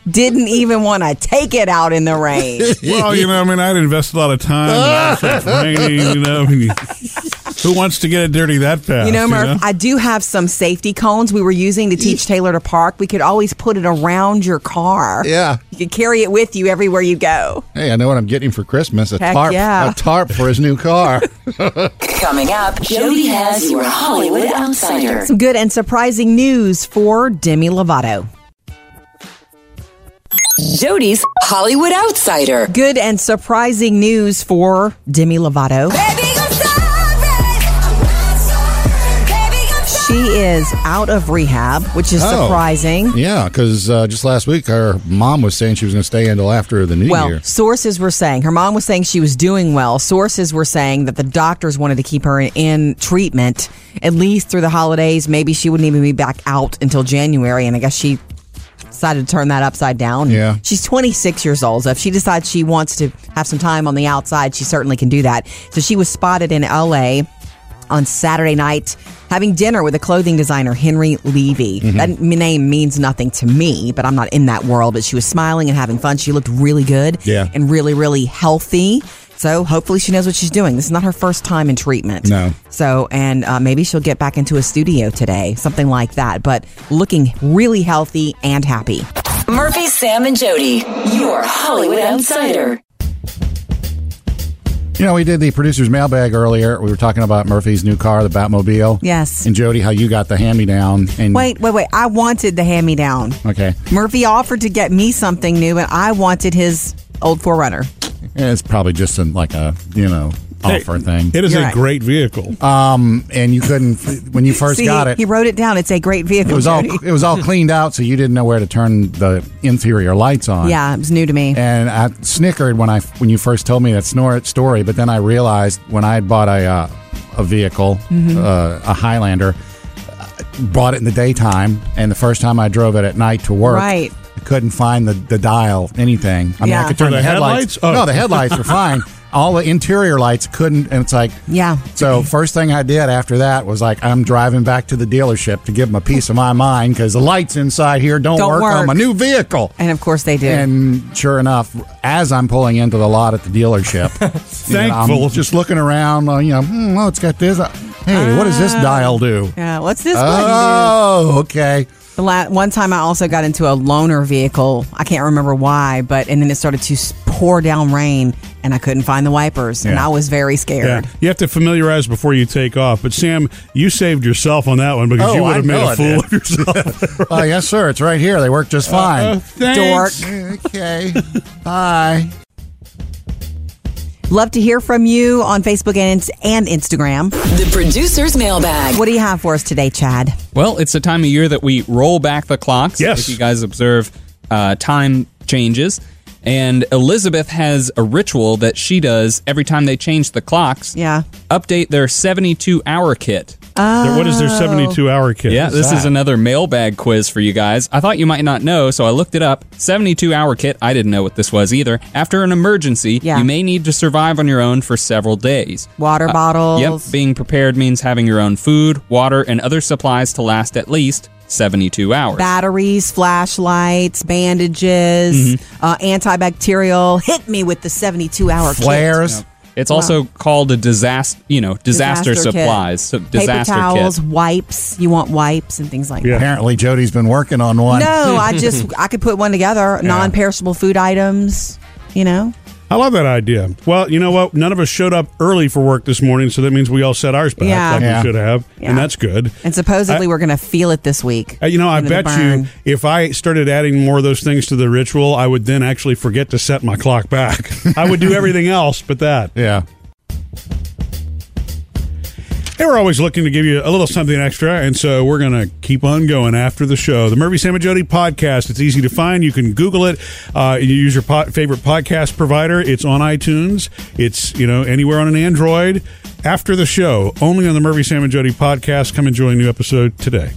Speaker 1: Didn't even want to take it out in the rain.
Speaker 3: Well, you know, I mean, I'd invest a lot of time. and it's raining, you know, I mean, who wants to get it dirty that fast?
Speaker 1: You know, Murph,
Speaker 3: know?
Speaker 1: I do have some safety cones we were using to teach Taylor to park. We could always put it around your car.
Speaker 2: Yeah.
Speaker 1: You could carry it with you everywhere you go.
Speaker 2: Hey, I know what I'm getting for Christmas a
Speaker 1: Heck
Speaker 2: tarp,
Speaker 1: yeah.
Speaker 2: a tarp for his new car.
Speaker 4: Coming up, Jody has your Hollywood Outsider.
Speaker 1: Some good and surprising news for Demi Lovato.
Speaker 4: Jody's Hollywood Outsider.
Speaker 1: Good and surprising news for Demi Lovato. She is out of rehab, which is
Speaker 2: Oh.
Speaker 1: surprising.
Speaker 2: yeah, because uh, just last week her mom was saying she was going to stay until after the new
Speaker 1: Well,
Speaker 2: year.
Speaker 1: sources were saying her mom was saying she was doing well. Sources were saying that the doctors wanted to keep her in, in treatment at least through the holidays. Maybe she wouldn't even be back out until January. And I guess she decided to turn that upside down.
Speaker 2: Yeah.
Speaker 1: She's 26 years old. So if she decides she wants to have some time on the outside, she certainly can do that. So she was spotted in LA on Saturday night having dinner with a clothing designer, Henry Levy.
Speaker 2: Mm-hmm.
Speaker 1: That m- name means nothing to me, but I'm not in that world. But she was smiling and having fun. She looked really good
Speaker 2: Yeah.
Speaker 1: and really, really healthy. So hopefully she knows what she's doing. This is not her first time in treatment.
Speaker 2: No.
Speaker 1: So, and uh, maybe she'll get back into a studio today, something like that. But looking really healthy and happy.
Speaker 4: Murphy, Sam, and Jody, your Hollywood Outsider.
Speaker 2: You know, we did the producer's mailbag earlier. We were talking about Murphy's new car, the Batmobile.
Speaker 1: Yes.
Speaker 2: And Jody, how you got the hand me down. And
Speaker 1: Wait, wait, wait. I wanted the hand me down.
Speaker 2: Okay.
Speaker 1: Murphy offered to get me something new, and I wanted his old Forerunner.
Speaker 2: Yeah, It's probably just an, like a, you know,
Speaker 3: Hey,
Speaker 2: offer thing.
Speaker 3: It is
Speaker 1: You're
Speaker 3: a
Speaker 1: right.
Speaker 3: great vehicle.
Speaker 2: and you couldn't, when you first
Speaker 1: See,
Speaker 2: got
Speaker 1: he-
Speaker 2: it,
Speaker 1: He wrote it down. It's a great vehicle.
Speaker 2: it was all
Speaker 1: Jody.
Speaker 2: it was all cleaned out, so you didn't know where to turn the inferior lights on.
Speaker 1: Yeah, it was new to me.
Speaker 2: And I snickered when I when you first told me that snor- story, but then I realized when I had bought a uh, a vehicle,
Speaker 1: Mm-hmm.
Speaker 12: Mhm.
Speaker 2: uh, a Highlander. Bought it in the daytime, and the first time I drove it at night to work,
Speaker 1: Right.
Speaker 2: I couldn't find the, the dial, anything. I mean,
Speaker 1: Yeah.
Speaker 2: I could turn
Speaker 1: Oh,
Speaker 2: the,
Speaker 1: the
Speaker 2: headlights.
Speaker 1: headlights? Oh.
Speaker 2: No, the headlights were fine. All the interior lights couldn't, and it's like,
Speaker 1: yeah.
Speaker 2: So first thing I did after that was like, I'm driving back to the dealership to give them a piece of my mind because the lights inside here don't,
Speaker 1: Don't
Speaker 2: work, on
Speaker 1: work.
Speaker 2: my new vehicle.
Speaker 1: And of course they do.
Speaker 2: And sure enough, as I'm pulling into the lot at the dealership, you know, I'm
Speaker 3: Thankful.
Speaker 2: just looking around, uh, you know, hmm, oh, it's got this. uh, Hey, what does this dial do?
Speaker 1: Yeah, what's this button do?
Speaker 2: Oh, okay.
Speaker 1: The la- one time I also got into a loaner vehicle. I can't remember why, but and then it started to s- pour down rain, and I couldn't find the wipers, and
Speaker 3: Yeah.
Speaker 1: I was very scared.
Speaker 3: Yeah, you have to familiarize before you take off. But Sam, you saved yourself on that one because
Speaker 2: Oh,
Speaker 3: you
Speaker 2: I
Speaker 3: would have made
Speaker 2: know
Speaker 3: a
Speaker 2: I
Speaker 3: fool
Speaker 2: did.
Speaker 3: of yourself.
Speaker 2: Oh, yes, sir. It's right here. They work just fine.
Speaker 1: thanks.
Speaker 2: Dork. Okay. Bye.
Speaker 1: Love to hear from you on Facebook and, Ins- and Instagram.
Speaker 4: The producer's mailbag.
Speaker 1: What do you have for us today, Chad?
Speaker 9: Well, it's the time of year that we roll back the clocks.
Speaker 1: Yes.
Speaker 9: If you guys observe, uh, time changes. And Elizabeth has a ritual that she does every time they change the clocks.
Speaker 1: Yeah.
Speaker 9: Update their 72 hour kit.
Speaker 1: What is their 72
Speaker 3: hour kit?
Speaker 9: Yeah,
Speaker 3: What
Speaker 9: this
Speaker 3: is
Speaker 9: is
Speaker 3: that?
Speaker 9: another mailbag quiz for you guys. I thought you might not know, so I looked it up. 72 hour kit. I didn't know what this was either. After an emergency,
Speaker 1: Yeah.
Speaker 9: you may need to survive on your own for several days. Uh,
Speaker 1: Water bottles.
Speaker 9: Yep, being prepared means having your own food, water, and other supplies to last at least 72 hours.
Speaker 1: Batteries, flashlights, bandages,
Speaker 2: Mm-hmm.
Speaker 1: uh, antibacterial. Hit me with the 72 hour kit.
Speaker 9: Yep. It's also called a disaster, you know, disaster,
Speaker 1: kit.
Speaker 9: supplies, so disaster
Speaker 1: Paper towels,
Speaker 9: kit.
Speaker 1: wipes. You want wipes and things like that.
Speaker 2: Apparently, Jody's been working on one.
Speaker 1: No, I just I could put one together. Non-perishable food items. You know,
Speaker 3: I love that idea. Well, you know what? None of us showed up early for work this morning, so that means we all set ours back
Speaker 1: Yeah.
Speaker 3: like
Speaker 1: Yeah.
Speaker 3: we should have,
Speaker 1: Yeah.
Speaker 3: and that's good.
Speaker 1: and supposedly
Speaker 3: I-
Speaker 1: we're going to feel it this week.
Speaker 3: Uh, you know, I
Speaker 1: Under the
Speaker 3: bet you
Speaker 1: burn.
Speaker 3: if I started adding more of those things to the ritual, I would then actually forget to set my clock back. I would do everything else but that.
Speaker 2: Yeah.
Speaker 3: Hey, we're always looking to give you a little something extra, and so we're going to keep on going after the show. The Murphy, Sam, and Jody podcast. It's easy to find. You can Google it. Uh, you use your po- favorite podcast provider. It's on iTunes. It's you know anywhere on an Android. After the show, only on the Murphy, Sam, and Jody podcast. Come enjoy a new episode today.